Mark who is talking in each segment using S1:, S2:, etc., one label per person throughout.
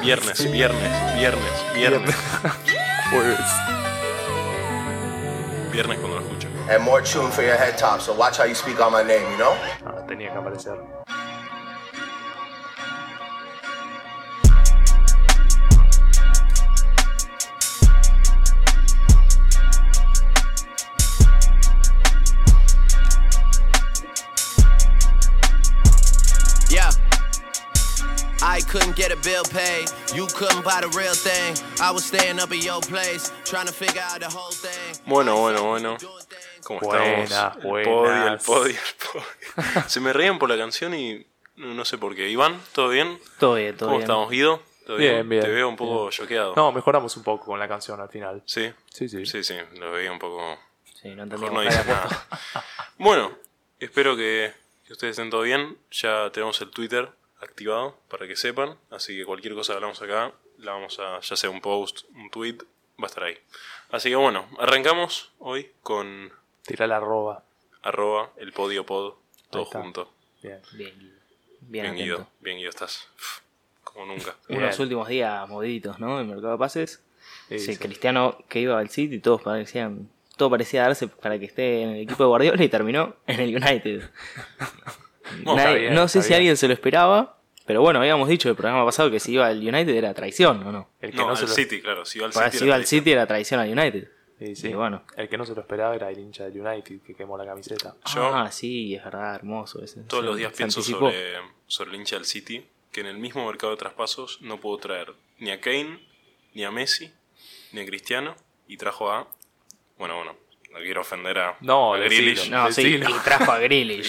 S1: Viernes, viernes, viernes, viernes.
S2: Words.
S1: Viernes cuando lo escucho.
S3: And more tune for your head top, so watch how you speak on my name, you know?
S2: Ah, tenía que aparecer.
S4: Yeah. I couldn't get a bill paid. You couldn't buy the real thing. I was staying up at your place, trying to figure out the whole thing.
S1: Bueno, bueno, bueno. ¿Cómo
S2: Buenas,
S1: estamos? El podio, el
S2: buenas.
S1: podio, el podio. Se me ríen por la canción y no, no sé por qué. Iván, ¿todo bien?
S5: Todo bien, todo
S1: ¿Cómo
S5: bien.
S1: estamos, Guido? ¿Todo
S2: Bien, bien,
S1: Te veo un poco choqueado.
S2: No, mejoramos un poco con la canción al final.
S1: ¿Sí?
S2: Sí, sí.
S1: Sí, sí, lo veía un poco.
S5: Sí,
S1: Mejor
S5: no entendemos
S1: no
S5: nada.
S1: dice nada. Bueno, espero que, que ustedes estén todo bien. Ya tenemos el Twitter activado para que sepan. Así que cualquier cosa que hablamos acá, la vamos a, ya sea un post, un tweet, va a estar ahí. Así que bueno, arrancamos hoy con
S2: Tira la arroba.
S1: arroba el podio pod, todo
S2: Ahí está.
S1: junto.
S2: Bien.
S5: Bien, Guido. bien,
S1: Bien,
S5: atento.
S1: Guido, bien Guido estás. Uf, Como nunca.
S2: Bien.
S5: Unos últimos días moditos, ¿no? En mercado de pases.
S2: Sí,
S5: Sí,
S2: sí.
S5: Cristiano que iba al City, todos parecían, todo parecía darse para que esté en el equipo de Guardiola y terminó en el United.
S2: Bueno,
S5: Nadie-
S2: está bien,
S5: no sé
S2: está
S5: si
S2: bien.
S5: alguien se lo esperaba, pero bueno, habíamos dicho el programa pasado que si iba al United era traición, ¿o no?
S2: El que
S1: No,
S2: no,
S1: al
S2: se lo...
S1: City, claro. Si iba al
S5: Para
S1: City.
S5: si
S1: era
S5: iba al
S1: triste.
S5: City era traición al United.
S2: Sí, sí.
S5: Y bueno.
S2: El que no se lo esperaba era el hincha del United que quemó la camiseta.
S1: Yo-
S5: Ah, sí, es verdad, hermoso. ese.
S1: Todos
S5: Se-
S1: los días
S5: se
S1: pienso
S5: anticipó.
S1: sobre, sobre el hincha del City, que en el mismo mercado de traspasos no pudo traer ni a Kane, ni a Messi, ni a Cristiano, y trajo a... Bueno, bueno, no quiero ofender a,
S2: No,
S1: a
S2: decilo.
S1: Grealish,
S5: No, sí,
S2: Vecino.
S5: y trajo a Grealish.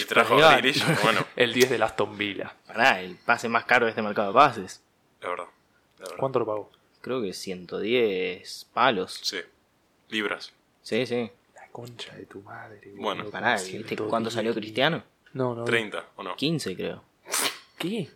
S1: y trajo
S5: por
S1: a
S5: Dios.
S1: Grealish, pero bueno,
S2: El 10 de Aston Villa.
S5: Pará, el pase más caro de este mercado de pases.
S1: la verdad, la verdad,
S2: ¿Cuánto lo pagó?
S5: Creo que 110 palos.
S1: sí, libras.
S5: Sí, sí.
S2: La concha de tu madre.
S1: Bueno.
S2: boludo,
S5: Pará,
S2: con
S5: ¿viste
S2: 110.
S5: cuánto salió Cristiano?
S2: No, no.
S1: 30, ¿o no?
S5: 15, creo.
S2: ¿Qué?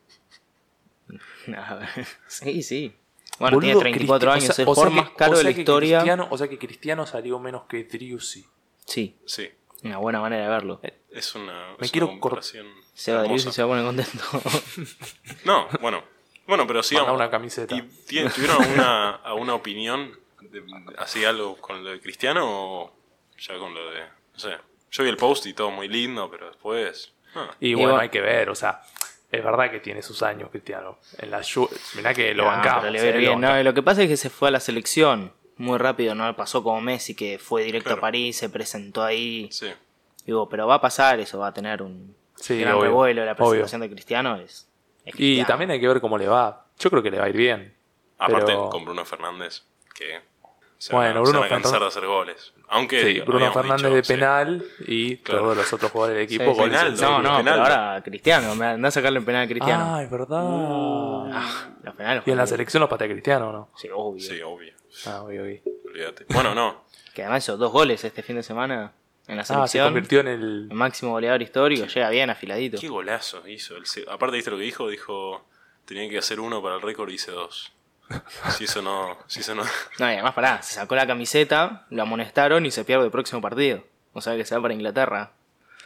S5: A ver, sí, sí. Bueno,
S2: Boludo,
S5: tiene 34
S2: Cristi-
S5: años,
S2: o sea-
S5: es
S2: o sea
S5: el jugador
S2: que-
S5: más caro
S2: o sea
S5: de la
S2: que
S5: historia.
S2: Cristiano- o sea que Cristiano salió menos que Driussi.
S5: Sí,
S1: Sí,
S5: una buena manera de verlo.
S2: Eh,
S1: es una, es
S2: Me
S1: una
S2: quiero cor-
S1: comparación
S5: Seba Driussi
S1: hermosa.
S5: se va a poner contento.
S1: No, bueno, bueno, pero sí,
S2: Mandá
S1: vamos-
S2: una camiseta.
S1: ¿Y tie- tuvieron alguna, alguna opinión? De, ¿Así algo con lo de Cristiano o ya con lo de.? No sé. Yo vi el post y todo muy lindo, pero después. ah,
S2: Y,
S5: Y
S2: bueno,
S5: bueno.
S2: hay que ver, o sea, es verdad que tiene sus años Cristiano. En la Ju- mirá que lo
S5: No,
S2: bancamos.
S5: pero le
S2: eh,
S5: va a ir
S2: lo
S5: bien. No,
S2: bancamos.
S5: lo que pasa es que se fue a la selección muy rápido, ¿no? Pasó como Messi, que fue directo
S1: Claro.
S5: a París, se presentó ahí.
S1: sí.
S5: Digo, pero va a pasar eso, va a tener un
S2: Sí,
S5: gran
S2: obvio,
S5: revuelo. La
S2: obvio.
S5: presentación de Cristiano es. es
S2: Y
S5: Cristiano.
S2: también hay que ver cómo le va. Yo creo que le va a ir bien.
S1: Aparte
S2: Pero-
S1: con Bruno Fernández, que. Se van
S2: Bueno,
S1: a, se
S2: Bruno
S1: van a cansar
S2: Fernández-
S1: de hacer goles. Aunque.
S2: Sí, Bruno
S1: habíamos
S2: Fernández
S1: dicho,
S2: de
S1: sí.
S2: penal y
S1: Claro.
S2: todos los otros jugadores del
S5: Sí,
S2: equipo.
S5: sí.
S2: goles en
S1: Penal,
S2: serio.
S5: No, no, pero
S1: Penal.
S5: ahora Cristiano, me anda a sacarle un penal a Cristiano.
S2: Ah, es verdad. Ah,
S5: Los penales
S2: Y en la
S5: fueron-
S2: selección los patea Cristiano, ¿no?
S5: Sí, obvio.
S1: Sí, obvio.
S2: Ah, obvio, obvio.
S1: Olvídate. Bueno, no.
S5: Que además hizo dos goles este fin de semana en la
S2: Ah, se
S5: selección.
S2: convirtió en el.
S5: El máximo goleador histórico, llega bien afiladito.
S1: Qué golazo hizo. el se- Aparte, ¿viste lo que dijo? Dijo. Tenía que hacer uno para el récord y hice dos. Si eso no. Si eso no.
S5: No, y además pará, se sacó la camiseta, lo amonestaron y se pierde el próximo partido. O sea que se va para Inglaterra.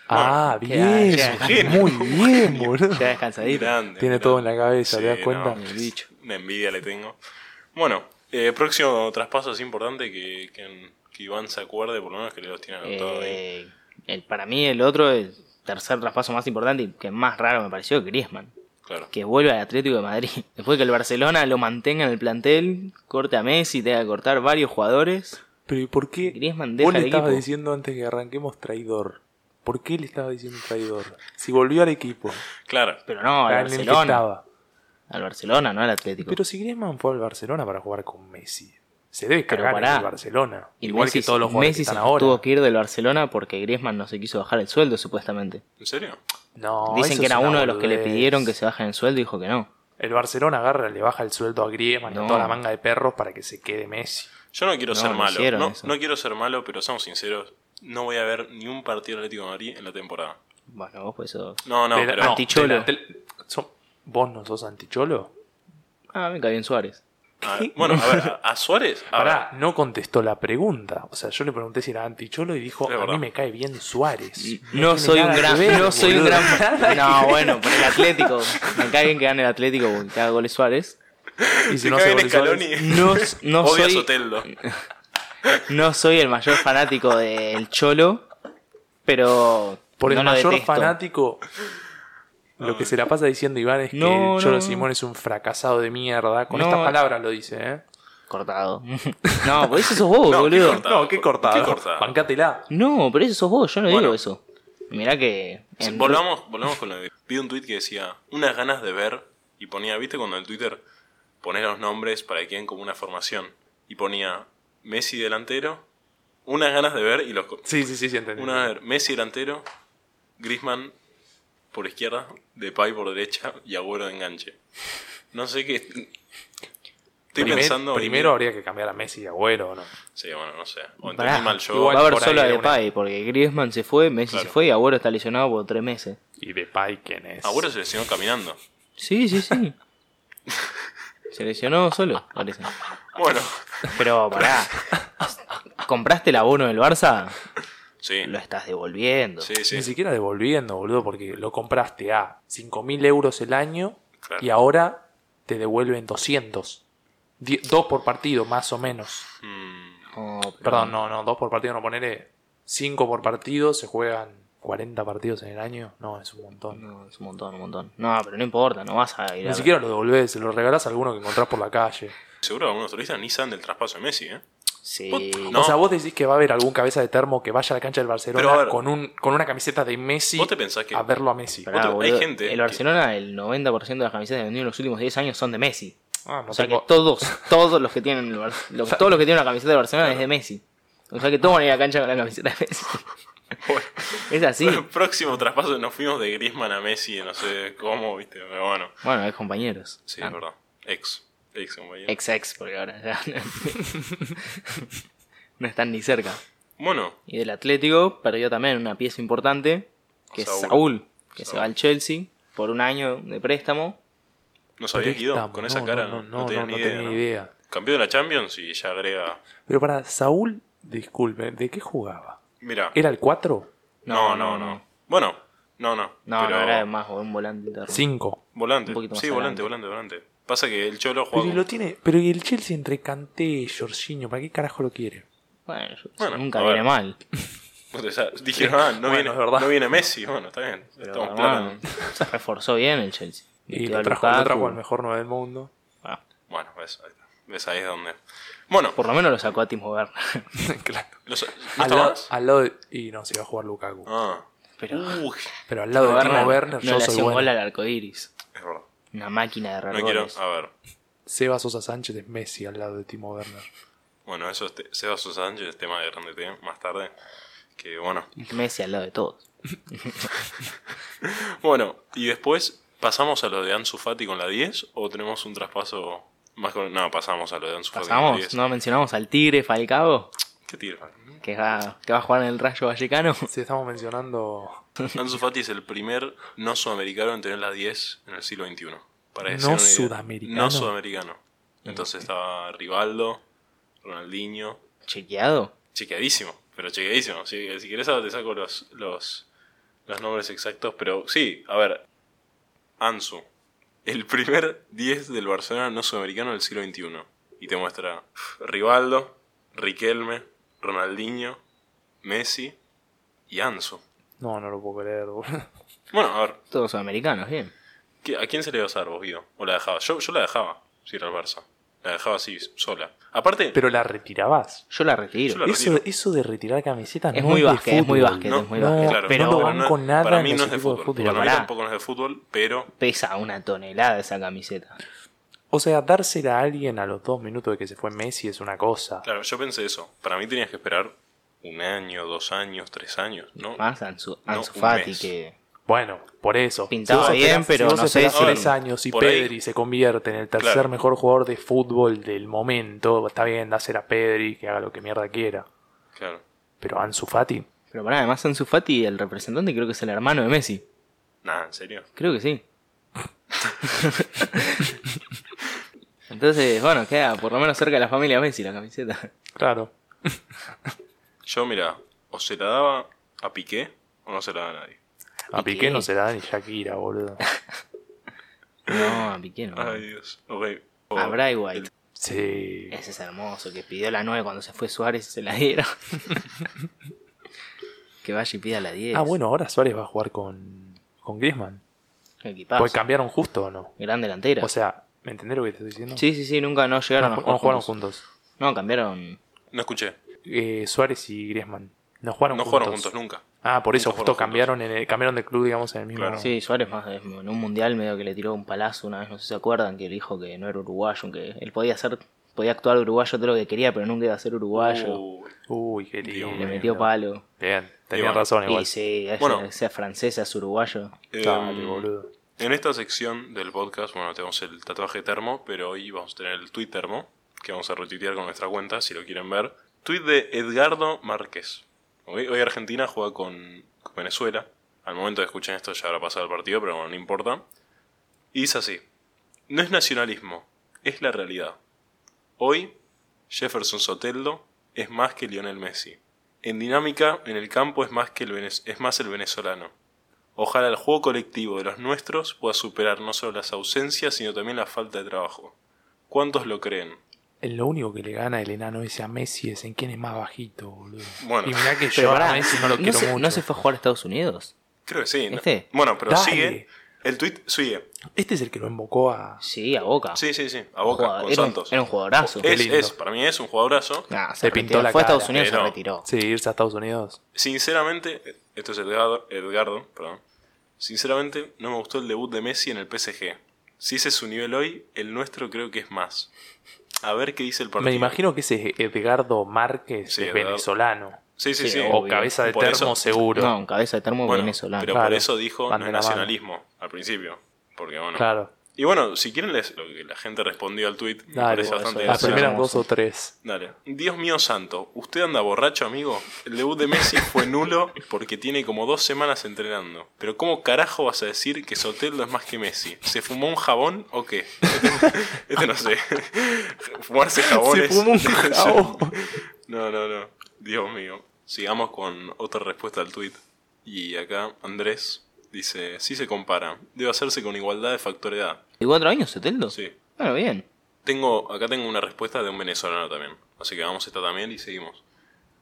S2: Ah, bien.
S5: Llega-
S2: Muy bien, boludo.
S5: Llega descansadito.
S1: Grande,
S2: Tiene
S1: grande.
S2: todo en la cabeza, ¿te
S1: Sí,
S2: das cuenta?
S1: no.
S5: El bicho.
S1: Una envidia le tengo. Bueno, eh, próximo traspaso es importante que, que- que Iván se acuerde, por lo menos que le los tiene anotado ahí.
S5: Eh, el, para mí el otro, el tercer traspaso más importante y que más raro me pareció, Griezmann.
S1: Claro.
S5: Que vuelve al Atlético de Madrid. Después que el Barcelona lo mantenga en el plantel, corte a Messi, tenga que cortar varios jugadores.
S2: Pero ¿y por qué?
S5: Griezmann deja
S2: Vos le
S5: el
S2: estabas
S5: equipo.
S2: diciendo antes que arranquemos traidor. ¿Por qué le estabas diciendo traidor? Si volvió al equipo.
S1: Claro.
S5: Pero no, al
S2: en el que
S5: Barcelona.
S2: estaba.
S5: Al Barcelona, no al Atlético.
S2: Pero si Griezmann fue al Barcelona para jugar con Messi. Se debe
S5: Pero
S2: cagar en
S5: pará.
S2: el Barcelona.
S5: Y
S2: Igual
S5: Messi-
S2: que todos los jugadores
S5: Messi
S2: que están
S5: se
S2: ahora.
S5: tuvo que ir del Barcelona porque Griezmann no se quiso bajar el sueldo, supuestamente.
S1: ¿En serio?
S2: No,
S5: Dicen
S2: eso
S5: que
S2: es
S5: era
S2: una
S5: uno de los que le
S2: boludez.
S5: pidieron que se bajen el sueldo y dijo que no.
S2: El Barcelona agarra, le baja el sueldo a Griezmann y a
S5: No.
S2: toda la manga de perros para que se quede Messi.
S1: Yo no quiero
S5: No,
S1: ser
S5: no
S1: malo.
S5: hicieron
S1: No,
S5: eso.
S1: no quiero ser malo, pero somos sinceros. No voy a ver ni un partido del Atlético de Madrid en la temporada.
S5: Bueno, vos pues eso.
S1: No, no,
S2: De la-
S1: pero.
S2: no,
S5: anticholo.
S2: de la tele- son- ¿Vos no sos anticholo?
S5: Ah, me cae bien Suárez.
S1: a- bueno, a ver, a, a Suárez. a ver,
S2: Pará, no contestó la pregunta. O sea, yo le pregunté si era anticholo y dijo,
S1: Es
S2: a
S1: verdad.
S2: mí me cae bien Suárez.
S5: No
S2: tiene
S5: soy un
S2: nada que
S5: gran.
S2: ver,
S5: no soy un
S2: boludo.
S5: gran. No, bueno, por el Atlético. Me cae bien que gane el Atlético porque te haga goles Suárez.
S2: Y si
S1: Te
S2: no
S1: cae
S2: hace
S1: en
S2: goles
S1: Scaloni.
S2: hoy-
S5: No, no
S1: Odio a
S5: soy,
S1: Soteldo.
S5: no soy el mayor fanático del Cholo, pero
S2: Por el
S5: no lo
S2: mayor
S5: detesto.
S2: fanático, lo que se la pasa diciendo Iván es que
S5: No,
S2: el Cholo
S5: no.
S2: Simón es un fracasado de mierda. Con
S5: No.
S2: estas palabras lo dice, ¿eh?
S5: Cortado. No, por eso sos vos,
S1: No, qué
S5: boludo.
S1: cortado. No, qué cortado. Qué cortado.
S2: Bancátela.
S5: No, pero eso sos vos, yo no
S1: Bueno.
S5: digo eso. Mirá que...
S1: Sí,
S5: en-
S1: volvamos, volvamos con lo de. Vi un tweet que decía, unas ganas de ver. Y ponía, ¿viste cuando en Twitter pones los nombres para que queden como una formación? Y ponía Messi delantero, unas ganas de ver y los. co-
S2: Sí, sí, sí, sí, entendí.
S1: Unas ganas de ver, Messi delantero, Grisman por izquierda, Depay por derecha y Agüero de enganche. No sé qué. Estoy
S2: Primer-
S1: pensando.
S2: primero habría que cambiar a Messi y Agüero, ¿no?
S1: Sí, bueno, no sé. O entendí
S5: Pará,
S1: mal yo.
S2: igual-
S5: va a haber
S2: por ahí
S5: solo a
S2: alguna-
S5: Depay, porque Griezmann se fue, Messi
S1: Claro.
S5: se fue y Agüero está lesionado por tres meses.
S2: Y de Pai, ¿quién es?
S1: Agüero se lesionó caminando.
S5: Sí, sí, sí. se lesionó solo, parece.
S1: Bueno,
S5: Pero pará. ¿Compraste el abono del Barça?
S1: sí.
S5: Lo estás devolviendo.
S1: Sí, sí.
S2: Ni siquiera devolviendo, boludo, porque lo compraste a 5.000 euros el año
S1: Claro.
S2: y ahora te devuelven 200. Die- dos por partido, más o menos.
S1: Mm,
S5: No, Oh, pero-
S2: Perdón, no, no, dos por partido no ponele. Cinco por partido, se juegan 40 partidos en el año. No, es un montón.
S5: No, es un montón, un montón. No, pero no importa, no vas a ir a
S2: Ni
S5: ver.
S2: siquiera lo devolvés, se lo regalás a alguno que encontrás por la calle.
S1: Seguro algunos turistas ni saben del traspaso de Messi, ¿eh?
S5: Sí.
S1: No.
S2: O sea, vos decís que va a haber algún cabeza de termo que vaya a la cancha del
S1: Pero a
S2: Barcelona
S1: ver.
S2: con, un, con una camiseta de Messi
S1: ¿Vos te pensás que-
S2: a verlo a Messi.
S5: Pará,
S1: Otro- hay
S5: boludo,
S1: gente
S5: el
S1: que-
S5: Barcelona, el 90% de las camisetas vendidas en los últimos 10 años son de Messi.
S2: Ah, no
S5: o sea
S2: tengo-
S5: que todos, todos los que tienen el Bar- lo- todos los que tienen una camiseta de Barcelona es de Messi. O sea que todos van a ir a la cancha con la camiseta de Messi.
S1: Bueno.
S5: Es así.
S1: El próximo traspaso nos fuimos de Griezmann a Messi, no sé cómo, ¿viste? Pero bueno.
S5: Bueno, es compañeros.
S1: Sí,
S5: Ah,
S1: es verdad. Ex. Ex, compañero.
S5: Ex ex, porque ahora ya no, no están ni cerca.
S1: Bueno,
S5: Y del Atlético perdió también una pieza importante, que
S1: Saúl.
S5: es Saúl, que se
S1: Saúl.
S5: va al Chelsea por un año de préstamo.
S1: no sabía que Guido,
S2: Préstamo,
S1: con esa
S2: no,
S1: cara
S2: no,
S1: no,
S2: no, no,
S1: tenía
S2: no
S1: ni idea.
S2: tenía
S1: ¿no?
S2: idea.
S1: Campeón de la Champions y ya agrega.
S2: Pero para Saúl, disculpe, ¿de qué jugaba?
S1: Mira.
S2: ¿Era el 4?
S1: No, no, no, Bueno, no, no.
S5: No,
S1: pero...
S5: no, era más un volante interno.
S2: 5.
S1: Volante.
S5: Un poquito más
S1: Sí, volante,
S5: adelante.
S1: volante, volante. Pasa que el Cholo
S2: Pero
S1: juega.
S2: y lo tiene. Pero y el Chelsea entre Kanté y Jorginho, ¿para qué carajo lo quiere?
S5: Bueno, yo-
S1: Bueno,
S5: nunca
S1: a ver.
S5: viene mal.
S1: con- o sea, dijeron, ah, no,
S2: Bueno,
S1: viene,
S2: es verdad.
S1: no viene Messi. Bueno, está bien.
S5: Pero,
S1: Estamos
S5: hermano,
S1: claros.
S5: se reforzó bien el Chelsea.
S2: Y
S5: Metió a
S2: lo trajo, lo
S5: Lukaku.
S2: trajo al mejor 9 del mundo.
S5: Ah,
S1: Bueno, ves, ahí está. ves ahí es donde. Bueno,
S5: por lo menos lo sacó a Timo Werner.
S2: claro.
S1: los- ¿no
S2: Al
S1: está
S2: lado,
S1: más?
S2: al lado de- y no, se iba a jugar Lukaku.
S1: Ah.
S5: Pero
S1: Uy,
S2: Pero al lado de Timo Werner,
S5: no
S2: yo
S5: le
S2: soy
S5: hacía un
S2: bueno.
S5: gol al arcoiris.
S1: es verdad.
S5: Una máquina de errar
S1: No quiero. ah.
S5: goles.
S1: A ver.
S2: Seba Sosa Sánchez es Messi al lado de Timo Werner.
S1: Bueno, eso es te- Sebas Sosa Sánchez, tema de grande tema, más tarde. Que bueno.
S5: Messi al lado de todos.
S1: Bueno, y después, ¿pasamos a lo de Ansu Fati con la 10? ¿O tenemos un traspaso más con.? No, pasamos a lo de Ansu Fati con la
S5: Pasamos,
S1: 10.
S5: no mencionamos al Tigre Falcao,
S1: ¿Qué tira?
S5: que va, que va a jugar en el Rayo Vallecano.
S2: Si estamos mencionando.
S1: Ansu Fati es el primer no sudamericano en tener la 10 en el siglo XXI. Para
S2: ¿No
S1: ser una idea.
S2: sudamericano?
S1: No sudamericano. Entonces estaba Rivaldo, Ronaldinho.
S5: Chequeado.
S1: Chequeadísimo, pero chequeadísimo. Si, si querés ahora te saco los, los, los nombres exactos, pero sí, a ver. Ansu, el primer 10 del Barcelona no sudamericano del siglo XXI. Y te muestra Rivaldo, Riquelme, Ronaldinho, Messi y Ansu.
S2: No, no lo puedo creer, boludo.
S1: Bueno, a ver,
S5: Todos sudamericanos, bien.
S1: ¿qué- ¿a quién se le iba a usar vos, Guido? ¿O la dejabas? Yo, yo la dejaba, si era el Barça. La dejaba así, sola. Aparte,
S2: Pero la retirabas.
S5: Yo la retiro.
S1: Yo la-
S2: Eso,
S1: retiro.
S2: eso de retirar camisetas
S5: Es
S2: no
S5: muy
S2: de
S5: básquet, es muy
S2: fútbol.
S5: básquet,
S1: no,
S5: es muy
S2: no,
S5: básquet.
S1: claro,
S5: pero
S2: no lo
S1: pero
S2: banco nada
S1: para
S2: en
S1: mí no
S2: los
S1: es de
S2: equipos de
S1: fútbol.
S2: fútbol.
S1: Para mí
S5: Pará.
S1: tampoco no es de fútbol, pero
S5: pesa una tonelada esa camiseta.
S2: O sea, dársela a alguien a los dos minutos de que se fue Messi es una cosa.
S1: Claro, yo pensé eso. Para mí tenías que esperar un año, dos años, tres años, ¿no?
S5: Más Ansu,
S1: No,
S5: Ansu
S1: un
S5: Fati,
S1: mes.
S5: que
S2: Bueno, por eso.
S5: Pintaba
S2: Si vos
S5: bien,
S2: esperás-
S5: pero
S2: si vos
S5: no sé
S2: esperás
S1: si-
S2: tres años y
S1: Por ahí.
S2: Pedri se convierte en el tercer
S1: Claro.
S2: mejor jugador de fútbol del momento, está bien, dásela a Pedri, que haga lo que mierda quiera.
S1: Claro.
S2: Pero Ansu Fati,
S5: Pero pará, además Ansu Fati, el representante, creo que es el hermano de Messi.
S1: Nada, en serio.
S5: Creo que sí. Entonces, bueno, queda por lo menos cerca de la familia Messi la camiseta.
S2: claro.
S1: Yo, mira, o se la daba a Piqué o no se la daba a nadie.
S2: A
S5: ¿Y
S2: Piqué
S5: qué?
S2: no se la da ni Shakira, boludo.
S5: No, a Piqué no.
S1: Ay, Dios. Ok.
S5: A Bray Wyatt.
S2: Sí.
S5: Ese es hermoso, que pidió la 9 cuando se fue Suárez y se la dieron. que vaya y pida la 10.
S2: Ah, bueno, ahora Suárez va a jugar con, con Griezmann.
S5: Qué equipazo.
S2: Pues cambiaron justo o no.
S5: Gran delantera.
S2: O sea, ¿me entendés lo que te estoy diciendo?
S5: sí, sí, sí, nunca no
S2: No,
S5: llegaron a
S2: ju-
S5: jugar
S2: no jugaron
S5: juntos.
S2: juntos.
S5: No, cambiaron.
S1: No escuché.
S2: Eh, Suárez y Griezmann. No jugaron
S1: No
S2: juntos.
S1: jugaron juntos nunca.
S2: Ah, por eso
S1: Nunca
S2: justo
S1: jugaron
S2: cambiaron, en el- cambiaron de club, digamos, en el mismo.
S1: Claro.
S5: Sí, Suárez más en un mundial medio que le tiró un palazo una vez, no sé si se acuerdan, que él dijo que no era uruguayo, que él podía ser, podía actuar uruguayo todo lo que quería, pero nunca iba a ser uruguayo.
S1: Uh,
S2: Uy, qué
S1: Dios
S2: lindo. eh.
S5: le metió palo.
S2: Bien,
S1: Y
S2: tenía
S1: bueno,
S2: razón igual.
S5: Y sí, ese-
S1: Bueno.
S5: sea francés, seas uruguayo.
S1: em,
S2: Dale, boludo.
S1: en esta sección del podcast, bueno, tenemos el tatuaje termo, pero hoy vamos a tener el tweet termo, que vamos a retuitear con nuestra cuenta, si lo quieren ver. Tweet de Edgardo Márquez. Hoy, hoy Argentina juega con, con Venezuela. Al momento de escuchen esto ya habrá pasado el partido, pero bueno, no importa. Y dice así. No es nacionalismo, es la realidad. Hoy, Jefferson Soteldo es más que Lionel Messi. En dinámica, en el campo es más, que el, venez- es más el venezolano. Ojalá el juego colectivo de los nuestros pueda superar no solo las ausencias, sino también la falta de trabajo. ¿Cuántos lo creen?
S2: En Lo único que le gana el enano ese a Messi es en quién es más bajito, boludo.
S1: Bueno.
S2: y mirá que
S5: Pero
S2: yo
S5: pará,
S2: a Messi no lo quiero
S5: se,
S2: mucho.
S5: ¿No se fue a jugar a Estados Unidos?
S1: Creo que sí. ¿no?
S5: Este.
S1: Bueno, pero
S2: Dale.
S1: sigue. El tweet sigue.
S2: Este es el que lo invocó a.
S5: Sí, a Boca.
S1: Sí, sí, sí. A Boca,
S5: Jugador-
S1: con
S5: Ah. era un-
S1: Santos.
S5: era un Ah. jugadorazo.
S1: Es,
S2: lindo.
S1: es, para mí es un jugadorazo.
S5: Nah,
S2: Se pintó
S5: retiró.
S2: la
S5: Fue a
S2: cara.
S5: Estados Unidos y se
S1: Pero-
S5: retiró.
S2: Sí, irse a Estados Unidos.
S1: Sinceramente, esto es Edgardo, Edgardo, perdón. Sinceramente, no me gustó el debut de Messi en el PSG. Si ese es su nivel hoy, el nuestro creo que es más. A ver qué dice el partido.
S2: Me imagino que ese Edgardo Márquez
S1: Sí,
S2: es
S1: Edgardo.
S2: venezolano.
S1: Sí, sí, sí.
S5: Sí,
S2: O
S5: obvio.
S2: cabeza de
S1: Por
S2: termo
S1: eso-
S2: seguro.
S5: No, en cabeza de termo
S1: Bueno,
S5: venezolano.
S1: pero por
S2: Claro.
S1: eso dijo no es
S2: Bandera mano.
S1: nacionalismo al principio. Porque bueno.
S2: Claro.
S1: Y bueno, si quieren les, lo que la gente respondió al tweet, me
S2: Dale,
S1: parece bastante
S2: las
S5: eso.
S1: gracioso.
S2: primeras dos o tres.
S1: Dale. Dios mío santo, ¿usted anda borracho, amigo? El debut de Messi fue nulo porque tiene como dos semanas entrenando. Pero ¿cómo carajo vas a decir que Soteldo es más que Messi? ¿Se fumó un jabón o qué? Este, este no sé. Fumarse jabones.
S2: fumó un jabón.
S1: no, no, no. Dios mío. Sigamos con otra respuesta al tweet. Y acá Andrés dice, sí se compara. Debe hacerse con igualdad de factor edad.
S5: ¿Y cuatro años, Soteldo?
S1: Sí.
S5: Bueno, bien.
S1: Tengo, acá tengo una respuesta de un venezolano también. Así que vamos esta también y seguimos.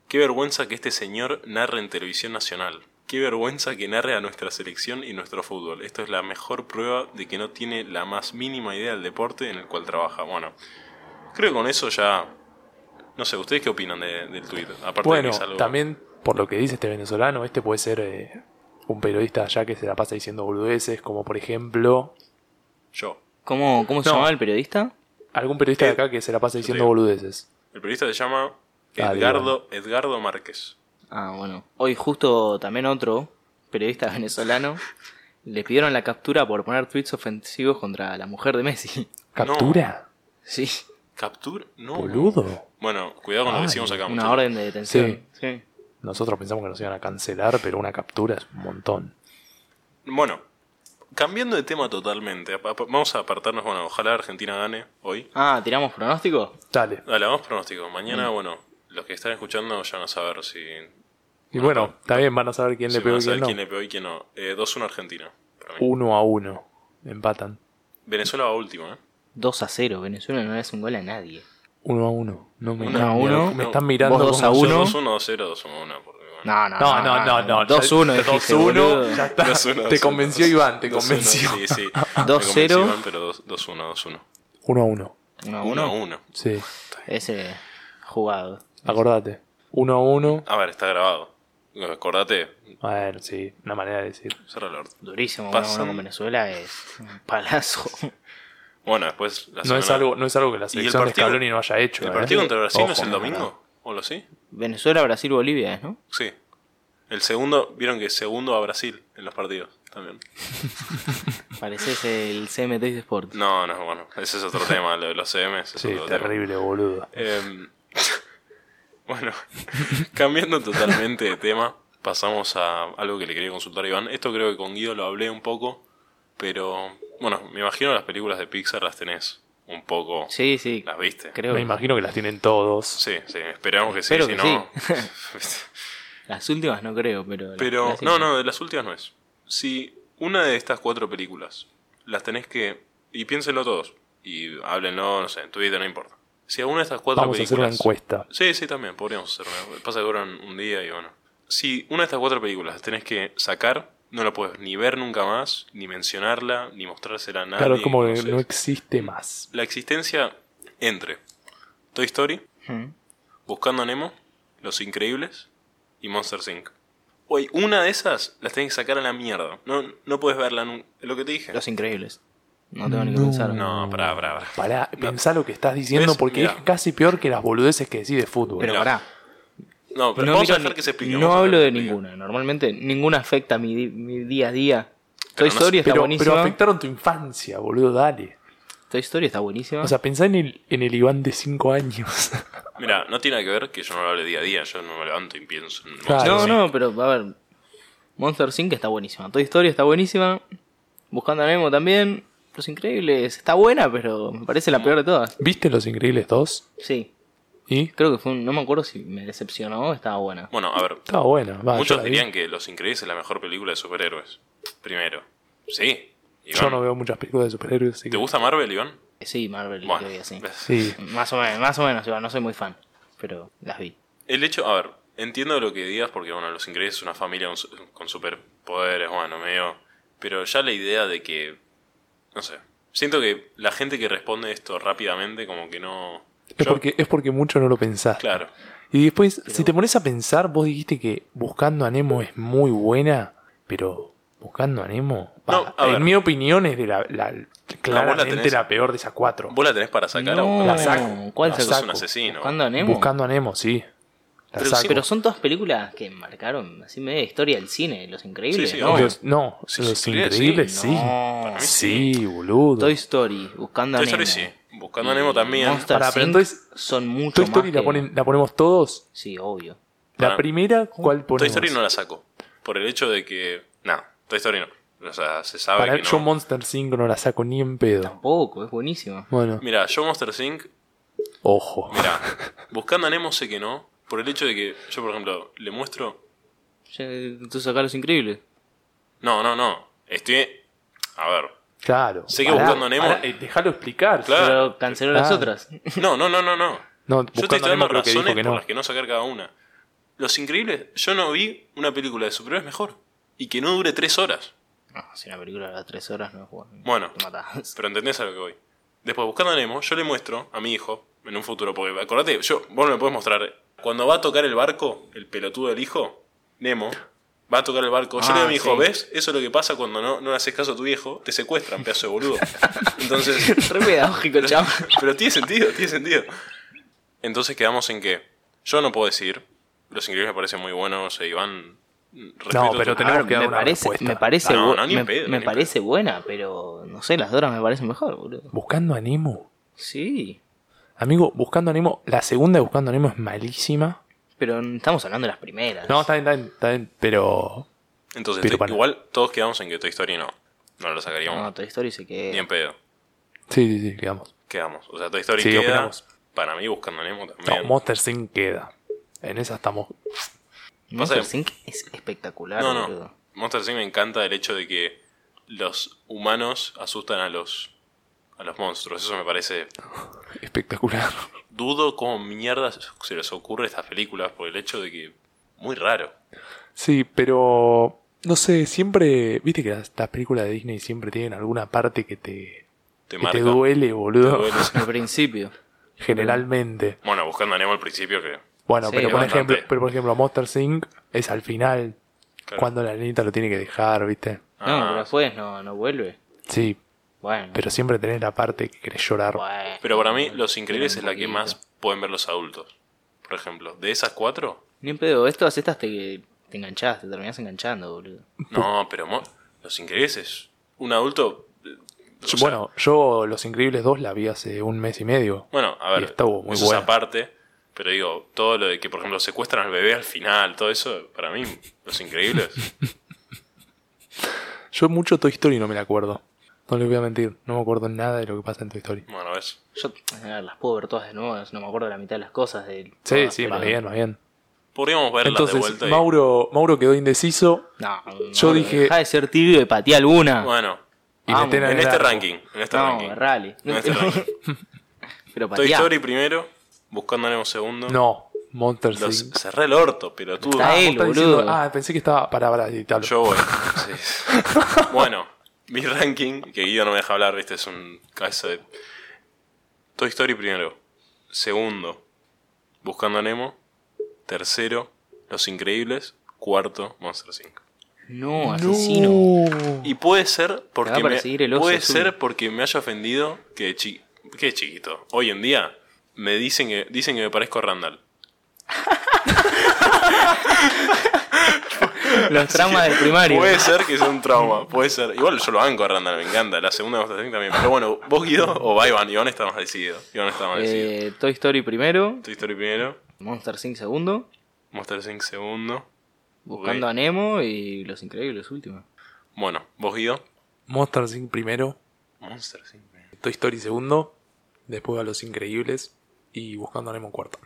S1: Qué vergüenza que este señor narre en televisión nacional. Qué vergüenza que narre a nuestra selección y nuestro fútbol. Esto es la mejor prueba de que no tiene la más mínima idea del deporte en el cual trabaja. Bueno, creo que con eso ya. No sé, ¿ustedes qué opinan de- del tweet? Aparte
S2: Bueno,
S1: de que es algo-
S2: también por lo que dice este venezolano, este puede ser eh, un periodista allá que se la pasa diciendo boludeces, como por ejemplo
S1: Yo.
S5: ¿Cómo, cómo se
S2: No.
S5: llamaba el periodista?
S2: algún periodista de
S1: Eh,
S2: acá que se la pasa diciendo
S1: digo.
S2: boludeces.
S1: El periodista se llama
S2: Ah,
S1: Edgardo, Edgardo Márquez.
S5: Ah, bueno. Hoy justo también otro periodista venezolano le pidieron la captura por poner tweets ofensivos contra la mujer de Messi.
S2: ¿Captura?
S5: Sí,
S1: ¿Captura? No.
S2: ¿Boludo?
S1: Bueno, cuidado con lo que
S2: Ay,
S1: decimos acá.
S5: una
S1: muchachos.
S5: orden de detención. Sí.
S2: Nosotros pensamos que nos iban a cancelar, pero una captura es un montón.
S1: Bueno, cambiando de tema totalmente, apa- apa- vamos a apartarnos, bueno, ojalá Argentina gane hoy.
S5: Ah, ¿tiramos pronóstico?
S2: Dale.
S1: Dale, vamos pronóstico.
S2: Mm.
S1: Mañana, bueno, los que están escuchando ya van a saber si...
S2: Y bueno, también van a saber quién
S1: si
S2: le pegó
S1: van
S2: y
S1: a saber
S2: quién no.
S1: quién le pegó y quién no. Eh, 2-1 Argentina. para mí.
S2: Uno a uno. Empatan.
S1: Venezuela va último, ¿eh?
S5: 2 a 0. Venezuela no le hace un gol a nadie.
S2: Uno a uno. No me,
S5: Uno a uno.
S2: me están mirando.
S5: Vos dos
S2: como
S5: a
S2: yo-
S5: uno.
S1: 2-1, 2-0, 2-1, porque bueno.
S5: No, no,
S2: No, no, no, no.
S5: 2-1,
S2: Ya-
S5: dijiste,
S2: 2-1,
S5: boludo.
S2: ya está.
S1: 2-1,
S2: Te
S1: 2-1,
S2: convenció Iván, te
S1: 2-1,
S2: convenció.
S1: Sí, sí.
S5: 2-0.
S1: 2-1. Pero dos- 2-1, 2-1.
S2: Uno a uno.
S5: 1 a 1.
S1: 1-1.
S2: Sí.
S5: Ese jugado.
S2: Acordate. Uno a uno.
S1: A ver, está grabado. Acordate,
S2: Bueno, sí. Una manera de decir.
S1: cerra el orto.
S5: Durísimo. 1 a 1
S1: Pasan-
S5: con Venezuela es un palazo.
S1: Bueno, después... La
S2: No es,
S1: semana-
S2: algo, no es algo que la
S1: el
S2: selección de
S1: partido?
S2: Scaloni no haya hecho.
S1: ¿El
S2: ¿eh?
S1: partido contra Brasil no
S2: Ojo,
S1: es el
S2: no, no.
S1: domingo? ¿O lo sí?
S5: Venezuela, Brasil, Bolivia, ¿eh? ¿no?
S1: Sí. El segundo, vieron que segundo a Brasil en los partidos también.
S5: Pareces el CMT de Sport.
S1: No, no, bueno, ese es otro tema, lo de los CMs. es
S2: Sí,
S1: otro tema.
S2: terrible, boludo.
S1: Em, bueno, cambiando totalmente de tema, pasamos a algo que le quería consultar a Iván. Esto creo que con Guido lo hablé un poco, pero bueno, me imagino las películas de Pixar las tenés un poco.
S5: Sí, sí.
S1: ¿Las viste?
S5: Creo
S2: Me imagino que las tienen todos.
S1: Sí, sí, esperamos que sí,
S5: Espero
S1: si
S5: que
S1: no.
S5: Las últimas no creo, pero. las-
S1: Pero,
S5: las
S1: no,
S5: hechas.
S1: no, de las últimas no es. Si una de estas cuatro películas las tenés que. Y piénsenlo todos. y háblenlo, no sé, en Twitter, no importa. Si alguna de estas cuatro
S2: Vamos a hacer una
S1: películas.
S2: encuesta.
S1: Sí, sí, también, podríamos hacer una. Pasa que duran un día y bueno. Si una de estas cuatro películas tenés que sacar, no la puedes ni ver nunca más, ni mencionarla, ni mostrársela a nadie.
S2: Claro, es como
S1: no
S2: que
S1: sé.
S2: no existe más.
S1: La existencia entre Toy Story,
S5: Mm.
S1: Buscando a Nemo, Los Increíbles y Monster Inc. Oye, una de esas las tenés que sacar a la mierda. No, no puedes verla nunca. Lo que te dije.
S5: Los increíbles. No tengo ni que pensar.
S1: No, pará, pará, pará.
S2: Pará,
S1: No.
S2: pensá lo que estás diciendo
S1: ¿Ves?
S2: porque
S1: Mirá.
S2: es casi peor que las boludeces que decís de fútbol.
S5: Pero
S1: Mirá,
S5: pará.
S1: No, pero
S5: no
S1: vamos a
S5: miro
S1: dejar
S5: ni-
S1: que se explique.
S5: no
S1: vamos a dejar
S5: hablo
S1: que
S5: de
S1: se explique.
S5: ninguna. Normalmente ninguna afecta a mi, di- mi día a día. Toy
S1: no sé.
S5: Story está
S2: Pero- pero,
S5: buenísima.
S2: afectaron tu infancia, boludo, dale.
S5: Toy Story está
S1: Ah.
S5: buenísima.
S2: O sea, pensá en el, en el Iván de 5 años.
S1: Mira, no tiene nada que ver que yo no lo hable día a día. Yo no me levanto y pienso en
S2: Claro.
S1: Monster
S5: no,
S1: Inc.
S5: no, pero a ver. Monster Inc. está buenísima. Toy Story está buenísima. Buscando a Nemo también. Los Increíbles está buena, pero me parece la peor de todas.
S2: ¿Viste Los Increíbles 2?
S5: Sí.
S2: Y
S5: Creo que fue un, No me acuerdo si me decepcionó o estaba buena.
S1: Bueno, a ver.
S2: estaba buena. va, Ah, yo
S1: Muchos
S2: la vi.
S1: dirían que Los Increíbles es la mejor película de superhéroes. Primero. Sí. Iván.
S2: Yo no veo muchas películas de superhéroes. así
S1: ¿Te
S2: que-
S1: gusta Marvel, Iván?
S5: Sí, Marvel,
S1: Bueno.
S5: creo que sí.
S2: Sí.
S5: Más o menos, más o menos, igual, no soy muy fan. Pero las vi.
S1: El hecho, a ver, entiendo lo que digas porque, bueno, Los Increíbles es una familia con, su- con superpoderes, bueno, medio... Pero ya la idea de que... No sé. Siento que la gente que responde esto rápidamente como que no...
S2: Es
S1: Yo-
S2: porque, es porque mucho no lo pensaste.
S1: Claro.
S2: Y después, si te pones a pensar, vos dijiste que Buscando a Nemo es muy buena, pero Buscando a Nemo,
S1: No,
S2: va,
S1: a ver.
S2: en mi opinión, es de la, la- claramente
S1: tenés-
S2: la peor de esas cuatro.
S1: Vos la tenés para sacar a
S5: No,
S1: un...
S2: La saco.
S5: ¿Cuál
S1: No,
S5: se
S1: sos
S2: saco?
S1: un asesino.
S5: Buscando a Nemo.
S2: Buscando a Nemo, sí. La
S1: Pero
S2: saco.
S1: sí,
S5: Pero son todas películas que marcaron así media historia del cine, Los Increíbles,
S1: Sí, sí,
S5: ¿no?
S1: obvio.
S2: Los- no,
S1: Sí,
S2: los
S1: sí,
S2: increíbles,
S1: sí,
S2: sí.
S5: no.
S1: mí
S2: Sí, boludo.
S5: Toy Story, Buscando
S1: Toy
S5: a Nemo.
S1: Story sí. Buscando a Nemo
S5: Y
S1: también.
S5: Monster
S2: Pará, pero
S5: Inc.
S2: entonces,
S5: son mucho
S2: Toy Story
S5: más
S2: la,
S5: que-
S2: ponen- la ponemos todos.
S5: Sí, obvio.
S2: La
S1: Pará.
S2: primera, ¿cuál ponemos?
S1: Toy Story no la saco. Por el hecho de que... No, Toy Story no. O sea, se sabe
S2: Para
S1: que no.
S2: yo Monster 5 no la saco ni en pedo.
S5: Tampoco, es buenísima.
S2: Bueno,
S1: Mira, yo Monster Inc.
S2: ojo.
S1: Mira, buscando a Nemo sé que no. Por el hecho de que yo, por ejemplo, le muestro.
S5: Ya, Tú sacás Los Increíbles.
S1: No, no, no. Estoy. A ver.
S2: Claro.
S1: Sigue
S2: pará,
S1: buscando a Nemo.
S2: pará, eh, dejalo explicar.
S1: Claro.
S5: Pero canceló las
S2: Ah.
S5: otras.
S1: No, no, no, no, no.
S2: No,
S1: Yo te estoy
S2: buscando a Nemo
S1: dando
S2: creo que
S1: razones
S2: dijo que
S1: por
S2: no.
S1: las que no sacar cada una. Los increíbles, yo no vi una película de superhéroes mejor. Y que no dure tres horas.
S5: No, si una película de tres horas no es buena.
S1: Bueno.
S5: Te matás.
S1: Pero entendés a lo que voy. Después, buscando a Nemo, yo le muestro a mi hijo en un futuro. Porque acordate, yo, vos no me podés mostrar. Cuando va a tocar el barco, el pelotudo del hijo, Nemo, va a tocar el barco. Yo
S5: Ah,
S1: le digo a mi hijo,
S5: sí.
S1: ¿ves? Eso es lo que pasa cuando no, no le haces caso a tu viejo, te secuestran, pedazo de boludo. Entonces,
S5: Re pedagógico,
S1: pero,
S5: chaval.
S1: pero tiene sentido, tiene sentido. Entonces quedamos en que yo no puedo decir, los increíbles me parecen muy buenos, e Iván. respeto
S2: No,
S1: tu-
S2: pero tenemos
S5: A ver,
S2: que dar
S5: me
S2: una
S5: parece,
S2: respuesta.
S5: me parece,
S1: No,
S5: bu-
S1: no, ni en
S5: me,
S1: pedo, ni
S5: me
S1: en
S5: parece buena, pero no sé, las otras me parecen mejor, boludo.
S2: Buscando a Nemo.
S5: Sí,
S2: Amigo, Buscando a Nemo, la segunda de Buscando a Nemo es malísima.
S5: pero estamos hablando de las primeras.
S2: No, está bien, está bien, está bien, pero...
S1: Entonces,
S2: Pero
S1: te-
S2: para-
S1: igual todos quedamos en que Toy Story no. No lo sacaríamos.
S5: No, Toy Story se que
S1: Ni en pedo.
S2: Sí, sí, sí, quedamos.
S1: Quedamos. O sea, Toy Story
S2: Sí,
S1: queda.
S2: opinamos.
S1: Para mí, buscando a Nemo
S2: No,
S1: también.
S2: Monster Sin queda. En esa estamos...
S5: Monster
S1: pasa que-
S5: Inc. es espectacular,
S1: no, no.
S5: boludo.
S1: Monster Inc. me encanta el hecho de que los humanos asustan a los a los monstruos. Eso me parece.
S2: Espectacular.
S1: Dudo cómo mierda se les ocurre estas películas por el hecho de que. Muy raro.
S2: Sí, pero... No sé, siempre... Viste que las, las películas de Disney siempre tienen alguna parte que te...
S1: Te
S2: que
S1: marca.
S2: te duele, boludo.
S1: Duele.
S5: Al principio.
S2: Generalmente.
S1: Bueno, buscando a Nemo al principio, que.
S2: Bueno,
S5: Sí,
S2: pero, por
S1: bastante.
S2: ejemplo, pero por ejemplo, Monster Inc. es al final.
S1: Claro.
S2: Cuando la nenita lo tiene que dejar, ¿viste?
S5: No,
S1: Ah.
S5: pero después no, no vuelve.
S2: Sí,
S5: Bueno.
S2: pero siempre tenés la parte que querés llorar.
S5: bueno,
S1: Pero para mí, Los Increíbles es
S5: tiene
S1: la
S5: un
S1: que
S5: poquito.
S1: más pueden ver los adultos. Por ejemplo, de esas cuatro.
S5: Ni en pedo, estas, estas te, te enganchás, te terminás enganchando, boludo.
S1: No, pero mo- Los Increíbles es. Un adulto. eh, o sea,
S2: bueno, yo Los Increíbles 2 la vi hace un mes y medio.
S1: Bueno, a ver,
S2: Y estuvo muy
S1: eso
S2: buena.
S1: es aparte, pero digo, todo lo de que, por ejemplo, secuestran al bebé al final, todo eso, para mí, los increíbles.
S2: Yo mucho Toy Story no me la acuerdo. No les voy a mentir, no me acuerdo nada de lo que pasa en Toy Story.
S1: bueno, ves.
S5: Yo a ver, las puedo ver todas de nuevo, no me acuerdo la mitad de las cosas. De,
S2: Sí,
S5: todas,
S2: sí,
S5: pero-
S2: más Ah, bien, más bien.
S1: Podríamos verlas de
S2: Entonces,
S1: vuelta. y-
S2: Mauro, Mauro quedó indeciso.
S5: No,
S2: Yo
S5: no,
S2: dije-
S5: Dejá de ser tibio y patía alguna.
S1: Bueno,
S2: Y
S5: Vamos,
S2: meten en
S1: En
S2: el
S1: este
S2: arco.
S1: ranking. En este
S5: No,
S1: ranking.
S5: rally.
S1: En este ranking.
S5: Pero
S1: Toy
S5: pateá.
S1: Story primero, Buscando Nemo segundo.
S2: No, Monster
S1: Los,
S2: Inc.
S1: cerré el orto, pero tú.
S5: Está
S2: Ah,
S5: él,
S2: vos estás diciendo-
S5: boludo.
S2: ah, pensé que estaba. Para, para, editarlo.
S1: Yo voy. Sí, sí. Bueno, mi ranking, que Guido no me deja hablar, viste, es un caso de. Toy Story primero. Segundo, Buscando a Nemo. Tercero, Los Increíbles. Cuarto, Monster 5.
S5: No,
S2: No.
S5: asesino.
S2: Uh,
S1: Y puede ser porque
S5: Te va a
S1: me,
S5: perseguir el oso
S1: puede
S5: azul.
S1: ser porque me haya ofendido que chi- que chiquito. Hoy en día me dicen que dicen que me parezco a Randall.
S5: Los traumas del primario.
S1: Puede ser que sea un trauma, puede ser. Igual yo lo banco a Randall, me encanta. La segunda Monster Inc. también. Pero bueno, vos Guido o va Iván. Iván está más decidido. Iván está más decidido.
S5: Eh, Toy Story primero,
S1: Toy Story primero,
S5: Monster Inc. segundo,
S1: Monster Inc. segundo.
S5: Buscando a Nemo y Los Increíbles último.
S1: Bueno, vos Guido.
S2: Monster Inc. primero.
S1: Monster Inc. primero.
S2: Toy Story segundo. Después a Los Increíbles. Y Buscando a Nemo cuarto.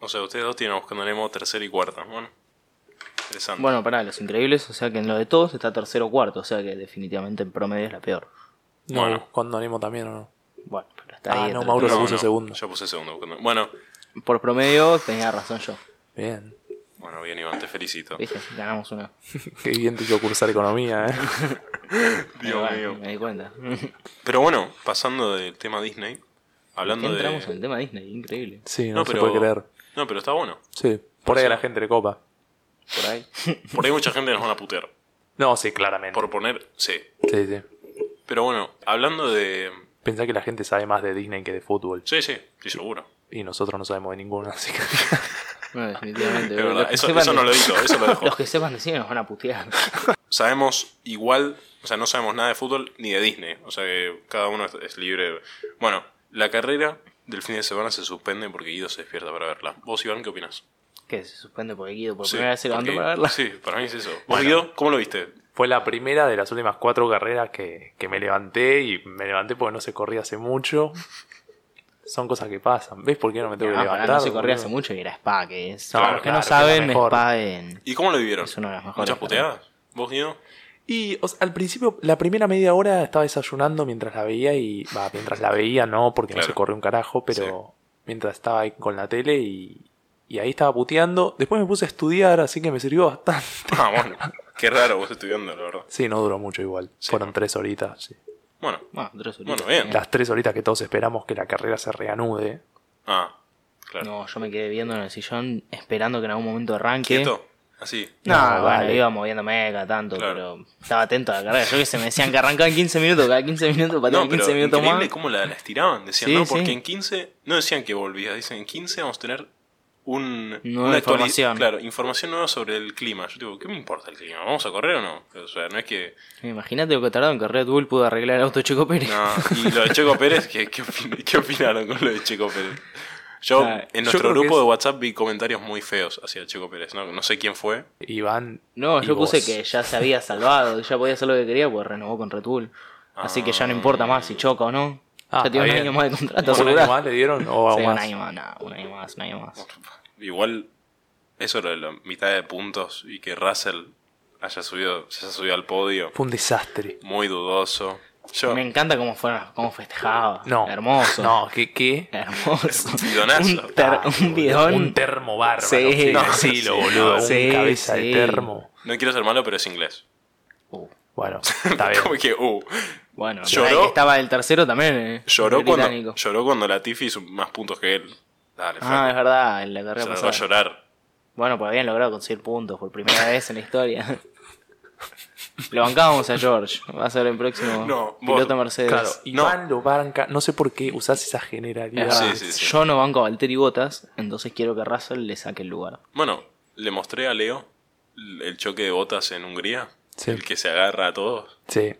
S1: O sea, ustedes dos tienen buscando Nemo tercero y cuarta. Bueno, interesante.
S5: Bueno, pará, Los Increíbles, o sea que en lo de todos está tercero o cuarto, o sea que definitivamente en promedio es la peor.
S2: No,
S1: Bueno.
S2: Buscando a Nemo también o no.
S5: Bueno, pero está
S2: Ah,
S5: ahí.
S2: no,
S5: entre
S2: Mauro
S5: los
S2: lo puso segundo.
S1: Yo puse segundo. Buscando- Bueno,
S5: tres. Por promedio tenía razón yo.
S2: Bien.
S1: bueno, bien Iván, te felicito.
S5: Viste, ganamos una.
S2: Qué bien te quiero cursar economía, eh.
S5: Ahí
S1: Dios
S5: va,
S1: mío.
S5: Me di cuenta.
S1: Pero bueno, pasando del tema Disney,
S5: Que
S1: hablando
S5: entramos en
S1: de.
S5: el tema Disney, increíble.
S2: Sí, no, se puede creer.
S1: No, pero está bueno.
S2: Sí. Por ahí a la gente le copa.
S5: Por ahí.
S1: Por ahí mucha gente nos van a putear.
S2: No, sí, claramente.
S1: Por poner. Sí.
S2: Sí, sí.
S1: Pero bueno, hablando de.
S2: Pensá que la gente sabe más de Disney que de fútbol.
S1: Sí, sí, estoy seguro.
S2: Y nosotros no sabemos de ninguna, así que.
S5: No, definitivamente.
S1: Es
S5: boludo.
S1: verdad,
S5: Los que
S1: eso,
S5: sepan
S1: eso no
S5: de-
S1: lo digo, eso lo dejo.
S5: Los que sepan de cine nos van a putear.
S1: Sabemos igual, o sea, no sabemos nada de fútbol ni de Disney. O sea que cada uno es, es libre. de- Bueno, la carrera del fin de semana se suspende porque Guido se despierta para verla. ¿Vos, Iván, qué opinás?
S5: que se suspende por Guido por
S1: Sí,
S5: primera vez se levantó
S1: porque-
S5: para verla.
S1: Sí, para mí es eso. ¿Vos, Guido, cómo lo viste?
S2: Fue la primera de las últimas cuatro carreras que, que me levanté y me levanté porque no se corría hace mucho. Son cosas que pasan. ¿Ves por qué no me tengo
S5: No,
S2: que
S5: Ah, pará,
S2: levantar?
S5: no se corría
S2: boludo?
S5: hace mucho y era Spa, que es.
S2: No,
S5: para los que no
S2: claro, que es la
S5: saben,
S2: mejor.
S5: Spa en.
S1: ¿Y cómo lo vivieron?
S5: Es una de las mejores
S1: ¿Muchas
S5: carreras.
S1: puteadas? ¿Vos, Guido?
S2: Y o sea, al principio, la primera media hora estaba desayunando mientras la veía y. Va, mientras la veía no, porque no
S1: Claro.
S2: se corrió un carajo, pero mientras estaba ahí con la tele y. Y ahí estaba puteando. Después me puse a estudiar, así que me sirvió bastante.
S1: Ah, bueno. Qué raro vos estudiando, la verdad.
S2: Sí, no duró mucho igual.
S1: Sí.
S2: Fueron tres horitas. sí.
S1: Bueno,
S5: Bueno, tres
S1: Bueno,
S5: horitas.
S1: bien.
S2: Las tres horitas que todos esperamos que la carrera se reanude.
S1: ah, claro.
S5: No, yo me quedé viendo en el sillón esperando que en algún momento arranque.
S1: ¿Quieto? Así.
S5: No,
S2: No,
S5: bueno,
S2: vale.
S5: iba moviéndome cada tanto,
S1: Claro.
S5: pero estaba atento a la carrera. Yo que se me decían que arrancaban 15 minutos, cada 15 minutos
S1: No,
S5: pateaban
S1: pero
S5: 15 minutos
S1: increíble
S5: más.
S1: cómo la, la estiraban. Decían,
S5: Sí,
S1: no, porque
S5: sí.
S1: en 15... No decían que volvías. Dicen, en 15 vamos a tener un,
S5: Nueva
S1: una actuali-
S5: información.
S1: Claro, información nueva sobre el clima. Yo digo, ¿qué me importa el clima? ¿Vamos a correr o no? O sea, no es que...
S5: Imagínate lo que tardaron que Red Bull pudo arreglar el auto de Checo Pérez.
S1: No. Y lo de Checo Pérez, ¿qué, qué, opin- qué opinaron con lo de Checo Pérez? Yo, en
S5: Ah,
S2: yo
S1: nuestro
S2: creo que
S1: grupo
S2: es-
S1: de WhatsApp vi comentarios muy feos hacia Checo Pérez. No, no sé quién fue.
S2: Iván.
S5: No,
S2: y
S5: yo puse
S2: vos.
S5: que ya se había salvado, ya podía hacer lo que quería, pues renovó con Red Bull. Así que ya no importa más si choca o no.
S2: Ah,
S5: ya tiene un
S2: está
S5: año
S2: bien.
S5: más de
S2: ¿Un
S5: contrato
S2: año
S5: asegurado.
S2: más le dieron? O
S5: Sí,
S2: más?
S5: un año más, no, un año más, un año más.
S1: Igual, eso era la mitad de puntos y que Russell haya subido, se haya subido al podio,
S2: Fue un desastre.
S1: muy dudoso. Yo,
S5: Me encanta cómo fueron, cómo festejaba.
S2: No.
S5: Ah, Hermoso.
S2: No, ¿qué? qué?
S5: Hermoso.
S1: Bidonazo.
S5: Un, ter-
S2: Ah,
S5: un
S2: boludo,
S5: bidón.
S2: Un termo bárbaro.
S5: Sí.
S2: Sí,
S5: No,
S2: sí,
S1: sí,
S2: lo boludo.
S5: sí,
S2: un cabeza de
S5: sí.
S2: termo.
S1: no quiero ser malo, pero es inglés.
S5: Uh,
S2: Bueno, está bien.
S1: Como que, uh,
S5: bueno,
S1: Lloró.
S5: ahí estaba el tercero también. eh,
S1: lloró,
S5: el
S1: cuando,
S5: británico.
S1: lloró cuando Latifi hizo más puntos que él. Dale,
S5: Ah, es
S1: Frank,
S5: verdad, en la
S1: se
S5: carrera
S1: largó a
S5: pasada.
S1: llorar.
S5: Bueno, pues habían logrado conseguir puntos por primera vez en la historia. Lo bancábamos a George. Va a ser el próximo
S1: No, vos-
S5: piloto Mercedes.
S2: Claro,
S1: No.
S2: Iván lo banca. No sé por qué usás esa generalidad.
S5: Es
S1: Sí,
S5: verdad.
S1: sí, sí.
S5: Yo no banco a Valtteri Botas, entonces quiero que Russell le saque el lugar.
S1: Bueno, le mostré a Leo el choque de botas en Hungría,
S2: Sí.
S1: el que se agarra a todos.
S2: Sí.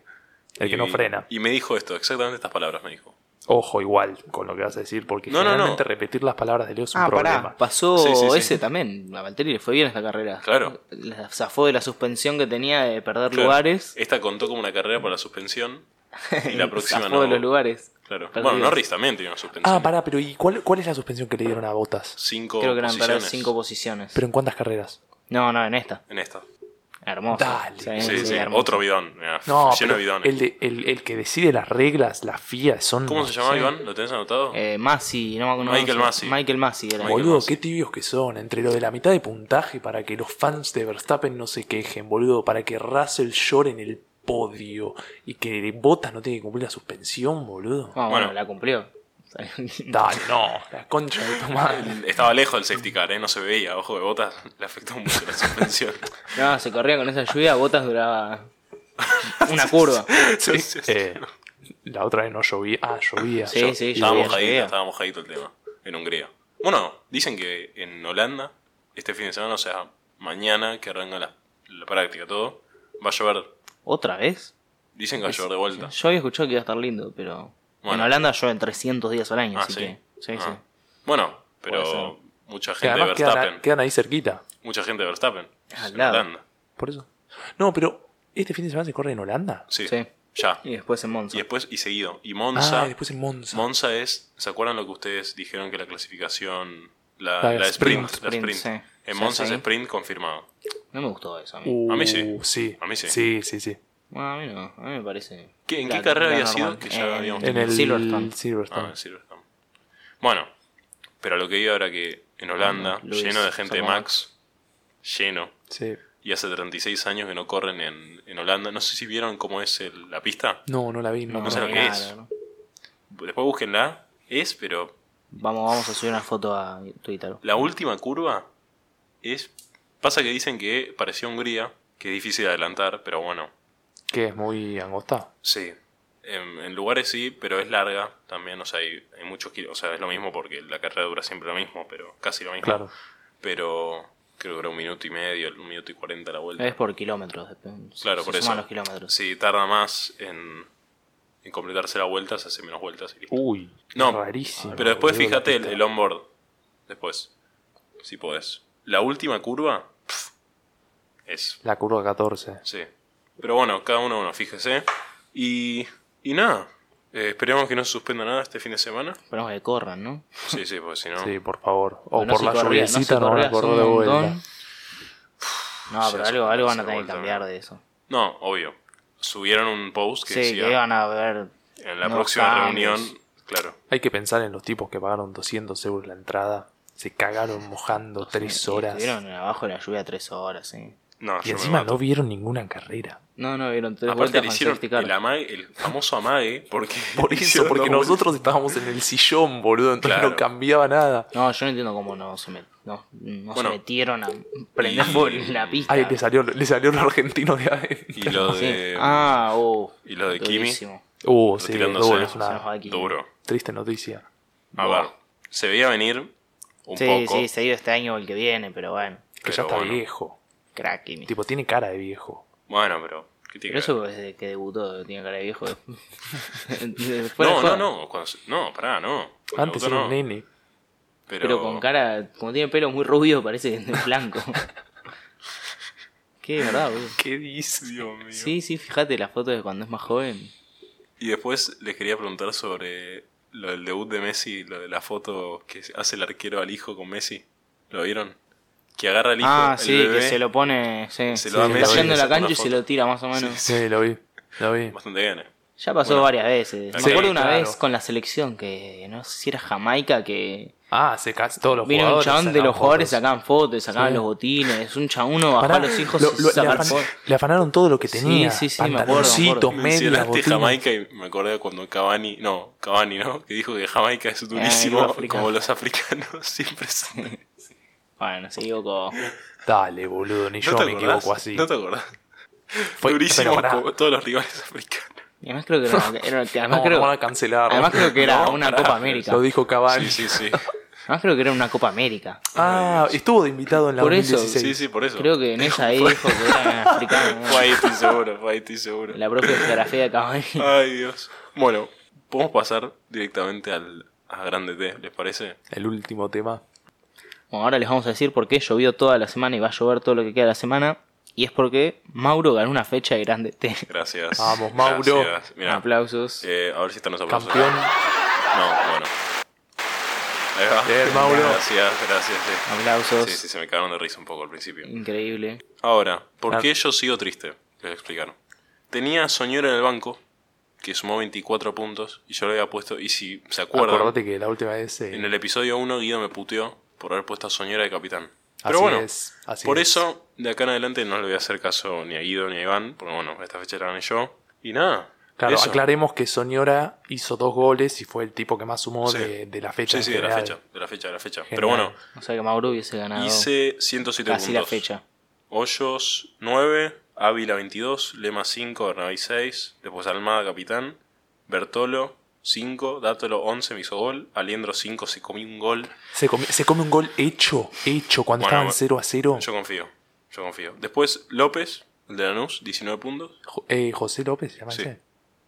S2: El que
S1: Y-
S2: no frena.
S1: Y me dijo esto, exactamente estas palabras me dijo.
S2: Ojo igual con lo que vas a decir, porque
S1: No, no, no.
S2: generalmente repetir las palabras de Leo es un
S5: ah,
S2: problema.
S5: pará, pasó
S1: Sí, sí, sí.
S5: ese también. A Valtteri le fue bien esta carrera.
S1: Claro.
S5: La zafó de la suspensión que tenía de perder
S1: Claro,
S5: lugares.
S1: Esta contó como una carrera para la suspensión y la próxima
S5: zafó
S1: no.
S5: de los lugares.
S1: Claro.
S5: Perdidos.
S1: Bueno, Norris también tiene una suspensión.
S2: Ah, pará, pero ¿y cuál, cuál es la suspensión que le dieron a Botas?
S1: Cinco
S5: Creo que eran perder
S1: posiciones.
S5: cinco posiciones.
S2: ¿Pero en cuántas carreras?
S5: No, no, en esta.
S1: En esta.
S5: Hermoso.
S2: Dale.
S1: Sí, sí,
S5: Eh, hermoso.
S1: otro bidón. mirá,
S2: No,
S1: lleno
S2: pero
S1: de bidones.
S2: el, de- el, el que decide las reglas, las FIA, son.
S1: ¿Cómo se llamaba,
S2: Sí.
S1: Iván? ¿Lo tenés anotado?
S5: Eh, Massi, no me acuerdo.
S1: Michael Massi.
S5: Michael Massi era.
S1: Michael-
S2: Boludo,
S1: Masi.
S2: qué tibios que son. Entre lo de la mitad de puntaje para que los fans de Verstappen no se quejen, boludo. Para que Russell llore en el podio. Y que Bottas no tiene que cumplir la suspensión, boludo.
S5: No, bueno,
S1: Bueno.
S5: la cumplió.
S2: Dale, no. La concha de tu madre.
S1: Estaba lejos del safety car, ¿eh? no se veía. Ojo de botas, le afectó mucho la suspensión.
S5: no, se corría con esa lluvia, botas duraba una curva.
S1: Sí, sí, sí.
S2: Eh, la otra vez no llovía. Ah, llovía.
S5: Sí,
S2: Yo-
S5: sí,
S1: estaba
S5: llovía,
S1: mojadito,
S5: llovía.
S1: estaba mojadito el tema. En Hungría. Bueno, dicen que en Holanda, este fin de semana, o sea, mañana que arranca la, la práctica, todo, va a llover.
S5: ¿Otra vez?
S1: Dicen que va a llover de vuelta.
S5: Yo había escuchado que iba a estar lindo, pero. En
S1: Bueno.
S5: Holanda llueve en 300 días al año,
S1: Ah,
S5: así
S1: sí.
S5: que. Sí,
S1: Ah.
S5: sí.
S1: Bueno,
S5: Puede
S1: pero
S5: ser.
S1: mucha
S2: que
S1: gente de
S2: además
S1: Verstappen.
S2: quedan, quedan ahí cerquita.
S1: Mucha gente de Verstappen.
S5: Al
S1: En
S5: lado.
S1: Holanda.
S2: Por eso. No, pero. ¿Este fin de semana se corre en Holanda?
S1: Sí,
S5: Sí.
S1: Ya.
S5: Y después en Monza.
S1: Y después, y seguido. Y
S2: Ah,
S1: Monza.
S2: y después en Monza.
S1: Monza es, ¿se acuerdan lo que ustedes dijeron que la clasificación, la,
S2: La
S1: la sprint,
S2: sprint.
S1: la sprint?
S5: Sprint, sí.
S1: En
S5: Sí,
S1: Monza
S5: sí.
S1: es sprint confirmado.
S5: No me gustó eso a mí.
S2: Uh,
S1: A mí sí.
S2: sí.
S1: A mí sí.
S2: Sí, sí, sí.
S5: Bueno, a mí no, a mí me parece.
S1: ¿Qué- en
S5: la-
S1: qué carrera
S5: la
S1: había sido?
S5: normal.
S1: Que ya
S5: En-
S1: habíamos-
S2: En el
S5: Silverstone.
S1: Ah,
S2: Silverstone.
S1: en Silverstone. Bueno, pero lo que iba era que en Holanda,
S5: Luis,
S1: lleno de gente de
S5: Samoa.
S1: Max, lleno,
S2: Sí.
S1: y hace 36 años que no corren en, en Holanda. No sé si vieron cómo es el- la pista.
S2: No, no la vi. No,
S1: No sé lo
S5: ni
S1: que
S5: nada,
S1: es.
S5: ¿no?
S1: Después búsquenla. Es, pero
S5: Vamos, vamos a subir una foto a Twitter.
S1: La última curva es. Pasa que dicen que parecía Hungría, que es difícil adelantar, pero bueno.
S2: Que es muy angosta.
S1: Sí. En, en lugares sí, pero es larga también, o sea, hay, hay muchos kilos. O sea, es lo mismo porque la carrera dura siempre lo mismo, pero casi lo mismo.
S2: Claro.
S1: Pero creo que era un minuto y medio, un minuto y cuarenta la vuelta.
S5: Es por kilómetros. depende. Se-
S1: claro,
S5: se
S1: por
S5: suman
S1: eso.
S5: los kilómetros.
S1: Si tarda más en, en completarse la vuelta, se hace menos vueltas y listo.
S2: Uy.
S1: No,
S2: Uh, Rarísimo.
S1: Pero después
S2: boludo, la
S1: fíjate el,
S2: pista.
S1: el onboard. Después. Si podés. La última curva. pf, es.
S2: La curva 14.
S1: Sí. Pero bueno, cada uno uno, fíjese. Y. Y nada. Eh, esperemos que no se suspenda nada este fin de semana.
S5: Esperamos que corran, ¿no?
S1: Sí, sí, porque si no.
S2: Sí, por favor. O
S5: Porque no
S2: por
S5: se
S2: la
S5: corría, no se
S2: lluviecita no, van
S5: corría
S2: a
S5: hace
S2: correr
S5: un
S2: de vuelta.
S5: montón. No, pero
S1: se
S5: algo, algo van
S1: hace
S5: a tener que
S1: vuelta,
S5: cambiar
S1: ¿no?
S5: de eso.
S1: No, obvio. Subieron un post que
S5: Sí,
S1: decía.
S5: que van a ver.
S1: en la
S5: nuevos
S1: próxima
S5: cambios.
S1: reunión. Claro.
S2: Hay que pensar en los tipos que pagaron 200 euros la entrada. Se cagaron mojando tres
S5: Sí,
S2: horas.
S5: Estuvieron abajo de la lluvia tres horas, sí.
S1: No, yo
S2: Y
S1: me
S2: encima
S1: mato.
S2: no vieron ninguna carrera.
S5: No, no, vieron tres
S1: Aparte
S5: vueltas
S1: le
S5: con
S1: hicieron
S5: safety car.
S1: el, amague- el famoso amague porque
S2: Por eso,
S1: hicieron
S2: porque
S1: dos vueltas.
S2: nosotros estábamos en el sillón, boludo. Entonces
S1: Claro.
S2: no cambiaba nada.
S5: No, yo no entiendo cómo no se, met- no, no
S1: Bueno.
S5: se metieron a prender por la pista.
S2: Ay, le salió, le salió el argentino de adentro.
S1: Y lo
S5: Sí.
S1: de
S5: ah, oh.
S1: y lo de Kimi.
S5: durísimo.
S2: Uh, sí,
S1: Retirándose.
S2: doble, es
S5: Se nos va
S2: una
S5: aquí.
S1: duro.
S2: triste noticia.
S1: A ver, se veía venir un
S5: Sí,
S1: poco.
S5: sí, se ha ido este año o el que viene, pero bueno.
S2: Que
S1: pero
S2: ya está
S1: bueno.
S2: viejo.
S5: Crack, Kimi.
S2: Tipo, tiene cara de viejo.
S1: Bueno, pero. ¿qué tiene
S5: Pero
S1: que ver?
S5: eso desde que debutó, tiene cara de viejo. Después
S1: No, no,
S5: de joven.
S1: no. cuando se- No, pará, no. Cuando
S2: Antes
S1: debutó,
S2: era
S1: no,
S2: un nene.
S1: Pero,
S5: Pero con cara, como tiene pelo muy rubio, parece blanco. Qué de verdad, boludo.
S2: ¿Qué dice?
S1: Dios mío.
S5: Sí, sí, fíjate las fotos de cuando es más joven.
S1: Y después les quería preguntar sobre lo del debut de Messi, lo de la foto que hace el arquero al hijo con Messi. ¿Lo vieron? Que agarra al hijo.
S5: ah,
S1: el
S5: sí,
S1: bebé,
S5: que se lo pone,
S1: Se
S5: sí. Se
S1: lo
S2: da
S5: lo está
S2: Messi,
S5: yendo a
S1: se
S5: la
S1: pone
S5: cancha y
S1: foto.
S5: se lo tira más o menos.
S2: Sí, lo vi. Lo vi.
S1: Bastante bien. eh.
S5: Ya pasó
S1: Bueno.
S5: varias veces. Me
S1: Sí,
S5: acuerdo una
S2: claro.
S5: vez con la selección que no sé si era Jamaica que
S2: Ah, se casi todos los
S5: vino un
S2: jugadores.
S5: chabón de
S2: sacaban
S5: los jugadores
S2: fotos.
S5: sacaban fotos, sacaban
S2: Sí.
S5: los botines, un chabón uno bajó
S2: Pará,
S5: a los hijos
S2: lo-
S5: y
S2: lo- le,
S5: sacar
S2: afan-
S5: fotos.
S2: le afanaron todo lo que tenía.
S5: sí, sí, me acuerdo, me acuerdo.
S2: Pantaloncitos, medias,
S1: Mencionaste
S2: botines.
S1: Jamaica y me acordé cuando Cavani, no, Cavani, ¿no? Que dijo que Jamaica es
S5: Ah, los
S1: durísimo,
S5: africanos.
S1: como los africanos siempre son.
S5: Bueno, se equivocó.
S2: Dale, boludo, ni yo
S1: ¿No te
S2: me
S1: acordás?
S2: equivoco así.
S1: ¿No te acordás?
S2: Fue-
S1: Durísimo
S2: pero pará.
S1: como todos los rivales africanos.
S5: Y además creo que era, una- era- que además
S2: No,
S5: creo,
S2: no van a cancelar.
S5: además creo que era una Copa América.
S2: Lo dijo Cavani.
S1: Sí, sí, sí.
S5: Además creo que era una Copa América.
S2: Ah, estuvo de invitado en la
S5: Por eso,
S2: 2016.
S1: Sí, sí, por eso.
S5: Creo que en esa ahí dijo que era africano.
S1: Fue ahí, estoy seguro, fue ahí, estoy seguro.
S5: La propia geografía de Cavani.
S1: Ay, Dios. Bueno, podemos pasar directamente al a Grande T, ¿les parece?
S2: El último tema.
S5: Bueno, ahora les vamos a decir por qué llovió toda la semana y va a llover todo lo que queda de la semana. Y es porque Mauro ganó una fecha de grande T.
S1: Gracias.
S2: Vamos, Mauro.
S1: Gracias. Mirá,
S5: Aplausos.
S1: eh, a ver si están los aplausos.
S2: Campeón.
S1: No, bueno. Ahí va.
S2: Bien, Mauro.
S1: Gracias, gracias. sí.
S5: Aplausos.
S1: Sí, sí, se me cagaron de risa un poco al principio.
S5: Increíble.
S1: Ahora, ¿por
S2: Ah.
S1: qué yo sigo triste? Les voy a explicar. Tenía a Soñora en el banco, que sumó 24 puntos, y yo le había puesto, y si se acuerdan,
S2: Acordate que la última vez. eh,
S1: en el episodio 1 Guido me puteó por haber puesto a Soñora de capitán. Pero
S2: Así
S1: bueno,
S2: es, así
S1: por
S2: es.
S1: eso de acá en adelante no le voy a hacer caso ni a Guido ni a Iván, porque bueno, a esta fecha la gané yo. Y nada.
S2: Claro,
S1: eso.
S2: aclaremos que Soñora hizo dos goles y fue el tipo que más sumó
S1: Sí.
S2: de, de la fecha.
S1: Sí,
S2: en
S1: sí, de la
S2: general.
S1: fecha, de la fecha, de la fecha.
S2: General.
S1: Pero bueno,
S5: O sea que Mauro hubiese ganado
S1: hice 107
S5: casi la
S1: puntos.
S5: fecha.
S1: Hoyos 9, Ávila 22, Lema 5, Bernabé 6, después Almada capitán, Bertolo 5, Dátolo 11 me hizo gol, Aliendro 5 se comió un gol.
S2: Se, come, se come un gol hecho, hecho, cuando
S1: Bueno,
S2: estaban 0 a 0.
S1: Yo confío, yo confío. Después López, el de Lanús, 19 puntos,
S2: Jo- eh, José López, ¿se llama
S1: Sí.
S2: ese?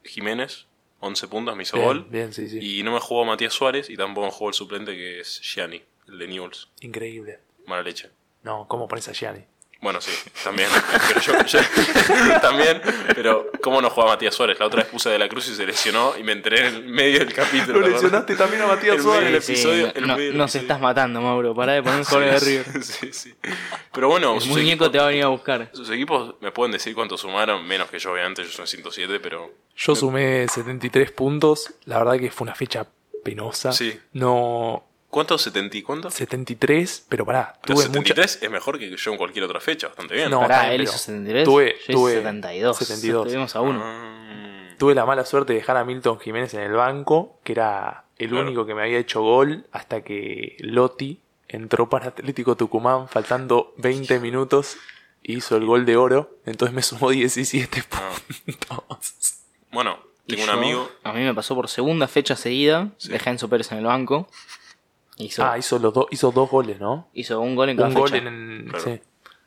S1: Jiménez 11 puntos me hizo
S2: Bien,
S1: gol
S2: bien, sí, sí.
S1: y no me jugó Matías Suárez y tampoco jugó el suplente que es Gianni, el de Newells,
S2: Increíble.
S1: mala leche.
S2: No, ¿cómo pones a Gianni?
S1: Bueno, sí, también. Pero yo, yo- también, pero ¿cómo no jugaba Matías Suárez? La otra vez puse de la cruz y se lesionó y me enteré en el medio del capítulo. ¿te acordás?
S2: también a Matías
S1: El medio del episodio.
S5: Sí,
S1: el
S5: no,
S1: medio del
S5: no- nos
S1: episodio.
S5: estás matando, Mauro. Pará de poner un de River.
S1: Sí, sí. Pero bueno,
S5: El
S1: sus,
S5: muñeco te va a venir a buscar.
S1: equipos- sus equipos me pueden decir cuánto sumaron, menos que yo, obviamente, yo soy 107, pero
S2: Yo sumé 73 puntos. La verdad que fue una fecha penosa.
S1: Sí.
S2: No,
S1: ¿cuántos? 70 y cuántos?
S2: 73, pero pará,
S1: Pero
S2: tuve mucha.
S1: 73 es mejor que yo en cualquier otra fecha, bastante bien.
S2: No,
S5: Pará,
S2: también,
S5: él
S2: pero
S5: hizo 73.
S2: tuve-
S5: yo
S2: tuve
S5: hice 72.
S2: 72.
S5: Estuvimos a uno.
S1: Mm,
S2: Tuve la mala suerte de dejar a Milton Jiménez en el banco, que era el
S1: Claro.
S2: único que me había hecho gol, hasta que Lotti entró para Atlético Tucumán faltando 20 minutos e hizo el gol de oro. Entonces me sumó 17 puntos.
S1: Bueno,
S5: Y
S1: tengo un
S5: yo-
S1: amigo.
S5: A mí me pasó por segunda fecha seguida. Dejé a Enzo Pérez en el banco. Hizo,
S2: Ah, hizo, los dos hizo dos goles, ¿no?
S5: hizo un gol en cada
S2: Un gol
S5: fecha.
S2: en.
S1: Claro.
S2: sí.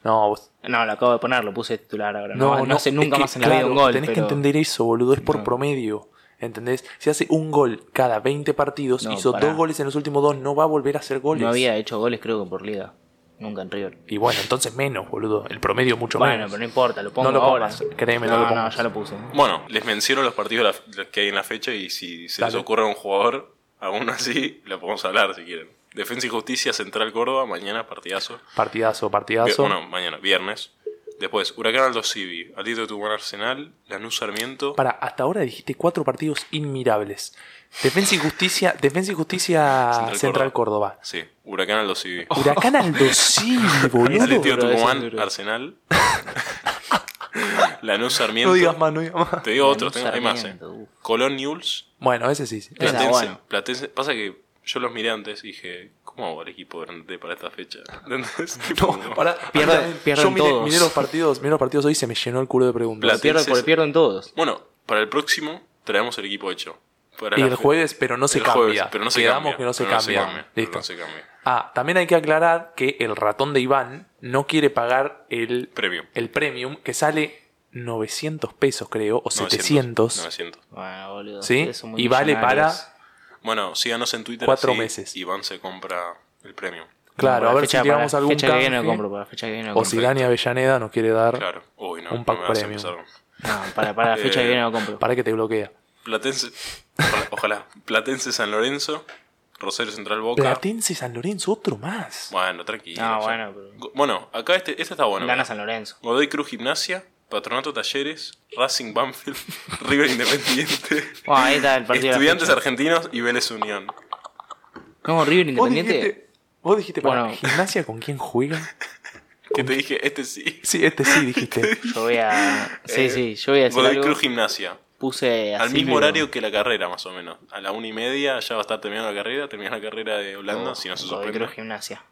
S2: No, vos-
S5: No, lo acabo de poner, lo puse titular ahora.
S2: No,
S5: No,
S2: no,
S5: no, hace
S2: es
S5: nunca
S2: que,
S5: más en la vida
S2: claro,
S5: un gol.
S2: Tenés que
S5: pero-
S2: entender eso, boludo. Es por promedio. ¿Entendés? Si hace un gol cada 20 partidos,
S5: No,
S2: hizo
S5: pará.
S2: dos goles en los últimos dos, no va a volver a hacer goles.
S5: No había hecho goles, creo que por liga. Nunca en River.
S2: Y bueno, entonces menos, boludo. El promedio es mucho
S5: Bueno,
S2: menos.
S5: pero no importa, lo pongo
S2: No lo
S5: ahora.
S2: pongas, créeme, no lo pongas.
S5: ya lo puse.
S1: Bueno, les menciono los partidos de la- que hay en la fecha y si se les
S2: Dale.
S1: ocurre a un jugador, aún así, lo podemos hablar si quieren. Defensa y Justicia, Central Córdoba, mañana, partidazo.
S2: Partidazo,
S1: Vi-
S2: partidazo.
S1: Bueno, mañana, viernes. Después, Huracán Aldo Civi, Atlético de Tucumán Arsenal, Lanús Sarmiento.
S2: Para, hasta ahora dijiste cuatro partidos inmirables. Defensa y Justicia, Defensa y Justicia Central,
S1: Central
S2: Córdoba.
S1: Sí, Huracán Aldo Civi.
S2: Huracán Aldo sí, boludo.
S1: Atlético de
S5: duro, ese es
S1: Tucumán
S5: duro.
S1: Arsenal. Lanús Sarmiento.
S2: No digas más, no digas más.
S1: Te digo otros,
S5: Lanús
S1: tengo- hay más. eh.
S5: Sarmiento, uf.
S1: Colón News,
S2: Bueno, ese sí. sí.
S5: Esa,
S1: Platense,
S5: bueno.
S1: Platense- Pasa que yo los miré antes y dije, ¿cómo hago el equipo grande para esta fecha? ¿Entendés? Tipo,
S2: No, pará,
S5: Pierde-
S2: pará.
S5: pierden
S2: Yo miré,
S5: todos.
S2: miré los partidos, miré los partidos hoy y se me llenó el culo de preguntas.
S1: Platense
S5: Pierdo por
S1: es-
S5: pierdo en todos.
S1: Bueno, para el próximo traemos el equipo hecho. Para
S2: Y
S1: la
S2: el
S1: fe-
S2: jueves, pero no se
S1: el
S2: cambia.
S1: jueves, pero no se
S2: Quedamos
S1: cambia,
S2: que no se
S1: pero
S2: cambia.
S1: pero
S2: Listo.
S1: no se cambia.
S2: Ah, también hay que aclarar que el ratón de Iván no quiere pagar el
S1: Premium.
S2: el premium que sale 900 pesos, creo, o 700.
S1: 900.
S5: Bueno, boludo.
S2: ¿Sí?
S5: ustedes son muy
S2: Y vale para.
S5: millonarios.
S1: Bueno, síganos en Twitter.
S2: Cuatro
S1: así
S2: meses.
S1: Iván se compra el premium.
S5: Para
S2: Claro,
S5: la
S2: a ver
S5: fecha-
S2: si llegamos a
S5: para la
S2: algún
S5: fecha que viene
S2: canje,
S5: lo compro, para la fecha que viene lo
S2: O
S5: compro.
S2: si Dani Avellaneda nos quiere dar
S1: Claro. Uy, no.
S2: Ah, Un
S1: no
S2: pack
S1: me hagas
S2: premium.
S1: empezar.
S5: No, para, para la fecha que viene lo compro.
S2: para que te bloquea.
S1: Platense. Ojalá, ojalá. Platense San Lorenzo. Rosario Central Boca.
S2: Platense San Lorenzo, otro más.
S1: Bueno, tranquilo.
S5: No,
S1: ya.
S5: bueno, pero-
S1: Go- Bueno, acá este, este está bueno.
S5: Gana
S1: mirá.
S5: San Lorenzo.
S1: Godoy Cruz Gimnasia, Patronato Talleres, Racing Banfield, River Independiente,
S5: Bueno, ahí está el partido. de la
S1: Estudiantes
S5: fecha.
S1: Argentinos y Vélez Unión.
S5: No, River
S2: Vos
S5: Independiente.
S2: dijiste, vos dijiste para
S5: Bueno.
S2: gimnasia con quién juega.
S1: Que te dije, este sí.
S2: Sí, este sí dijiste.
S5: Yo voy a. Sí, sí, yo voy a decir.
S1: Eh, Godoy
S5: Algo.
S1: Cruz Gimnasia.
S5: Puse así,
S1: Al mismo
S5: pero-
S1: horario que la carrera, más o menos. A la una y media ya va a estar terminando la carrera. Terminas la carrera de Holanda, si no se
S5: Godoy
S1: sorprende.
S5: Cruz Gimnasia.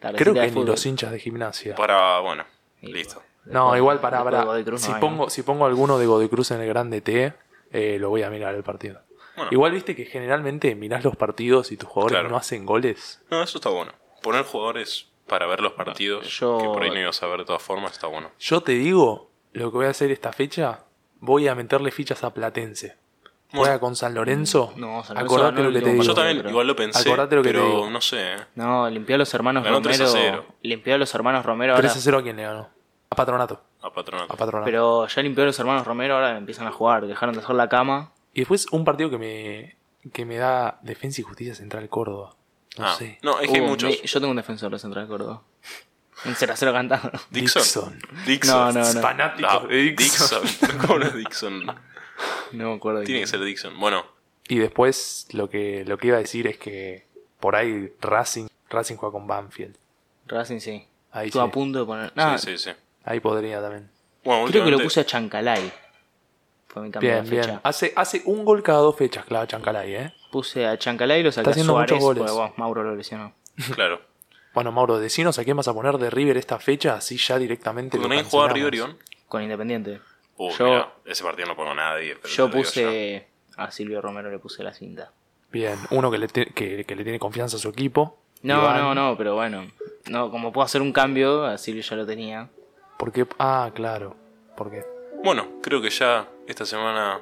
S5: Tardecita
S2: Creo
S5: de
S2: que ni
S5: fútbol.
S2: los hinchas de gimnasia.
S1: Para, bueno, listo.
S2: No, igual para,
S5: Después
S2: para.
S5: Godoy Cruz no
S2: si,
S5: hay,
S2: pongo, si pongo alguno de Godoy Cruz en el grande T, eh, lo voy a mirar el partido.
S1: Bueno.
S2: Igual viste que generalmente mirás los partidos y tus jugadores
S1: Claro.
S2: no hacen goles.
S1: No, eso está bueno. Poner jugadores para ver los partidos,
S5: Yo-
S1: que por ahí no ibas a ver de todas formas, está bueno.
S2: Yo te digo, lo que voy a hacer esta fecha, voy a meterle fichas a Platense. Juega con San Lorenzo.
S5: Mm, No, San Lorenzo ganó
S2: Acordate
S5: el
S2: lo que te
S5: último
S2: digo.
S1: Yo también
S5: pero-
S1: igual lo pensé,
S2: Acordate lo que te
S1: pero
S2: digo.
S1: no sé. ¿eh?
S5: No, limpió a los hermanos
S1: Ganó 3 a
S5: Romero.
S1: 0.
S5: Limpió a los hermanos Romero
S2: 3
S5: ahora.
S2: a 0 a quién le ganó. A Patronato.
S1: A Patronato.
S2: A Patronato.
S5: Pero ya limpió a los hermanos Romero, ahora empiezan a jugar. Dejaron de hacer la cama.
S2: Y después un partido que me, que me da Defensa y Justicia Central Córdoba. No
S1: Ah,
S2: sé.
S1: no, es que hay
S5: Uh,
S1: muchos.
S5: me- yo tengo un defensor de Central Córdoba. Un 0-0 cantado.
S1: Dixon.
S2: Dixon.
S5: No, no, no.
S2: Fanático
S1: Ah,
S2: de Dixon.
S1: Dixon. ¿Cómo no es Dixon?
S5: No me acuerdo. de
S1: Tiene
S5: quién.
S1: que ser Dixon. Bueno,
S2: Y después lo que, lo que iba a decir es que por ahí Racing, Racing juega con Banfield.
S5: Racing, sí.
S2: Ahí
S5: Estuvo
S2: sí.
S5: a punto de poner. No,
S1: sí, sí, sí.
S2: Ahí podría también.
S1: Bueno,
S5: Ah, creo que lo
S1: últimamente-
S5: puse a Chancalay. Fue mi cambio
S2: Bien,
S5: de fecha.
S2: bien. Hace, hace un gol cada dos fechas, claro, Chancalay, ¿eh?
S5: Puse a Chancalay y lo saqué
S2: Está
S5: a
S2: haciendo
S5: Suárez.
S2: muchos goles.
S5: porque, bueno, Mauro lo lesionó.
S1: Claro.
S2: Bueno, Mauro, decinos a quién vas a poner de River esta fecha, así ya directamente. lo
S1: ¿Con alguien jugaba
S2: cancelamos.
S1: River Iván?
S5: Con Independiente.
S1: Uh,
S5: Yo-
S1: mirá, ese partido no pagó nadie. pero
S5: Yo
S1: te lo digo ya.
S5: puse. A Silvio Romero le puse la cinta.
S2: Bien, uno que le, te- que, que le tiene confianza a su equipo.
S5: No,
S2: Iván,
S5: no, no, pero bueno. No, como puedo hacer un cambio, a Silvio ya lo tenía.
S2: Porque, ah, claro. Porque
S1: Bueno, creo que ya esta semana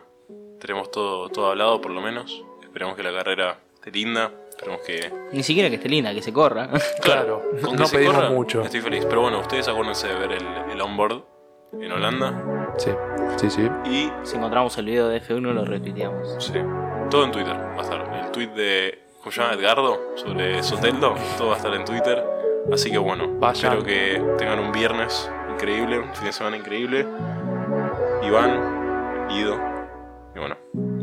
S1: tenemos todo, todo hablado, por lo menos. Esperemos que la carrera esté linda. Esperemos que.
S5: Ni siquiera que esté linda, que se corra.
S2: Claro,
S1: con que
S2: no
S1: se
S2: pedimos
S1: corra, Este-
S2: mucho.
S1: Estoy feliz. Pero bueno, ustedes acuérdense de ver el, el onboard en Holanda.
S2: Sí, sí, sí.
S1: Y.
S5: si encontramos el video de F1 lo retuiteamos.
S1: Sí. Todo en Twitter va a estar. El tweet de. ¿Cómo se llama? Edgardo. Sobre Soteldo. Todo va a estar en Twitter. Así que bueno.
S2: Vayan.
S1: Espero que tengan un viernes increíble. Un fin de semana increíble. Iván. Guido. Y bueno.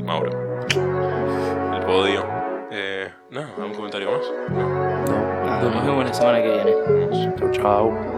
S1: Mauro. El podio. Eh, no, ¿algún comentario más? No.
S2: No,
S5: Nada, nos vemos la semana que viene.
S1: Vamos.
S2: Chau, chau.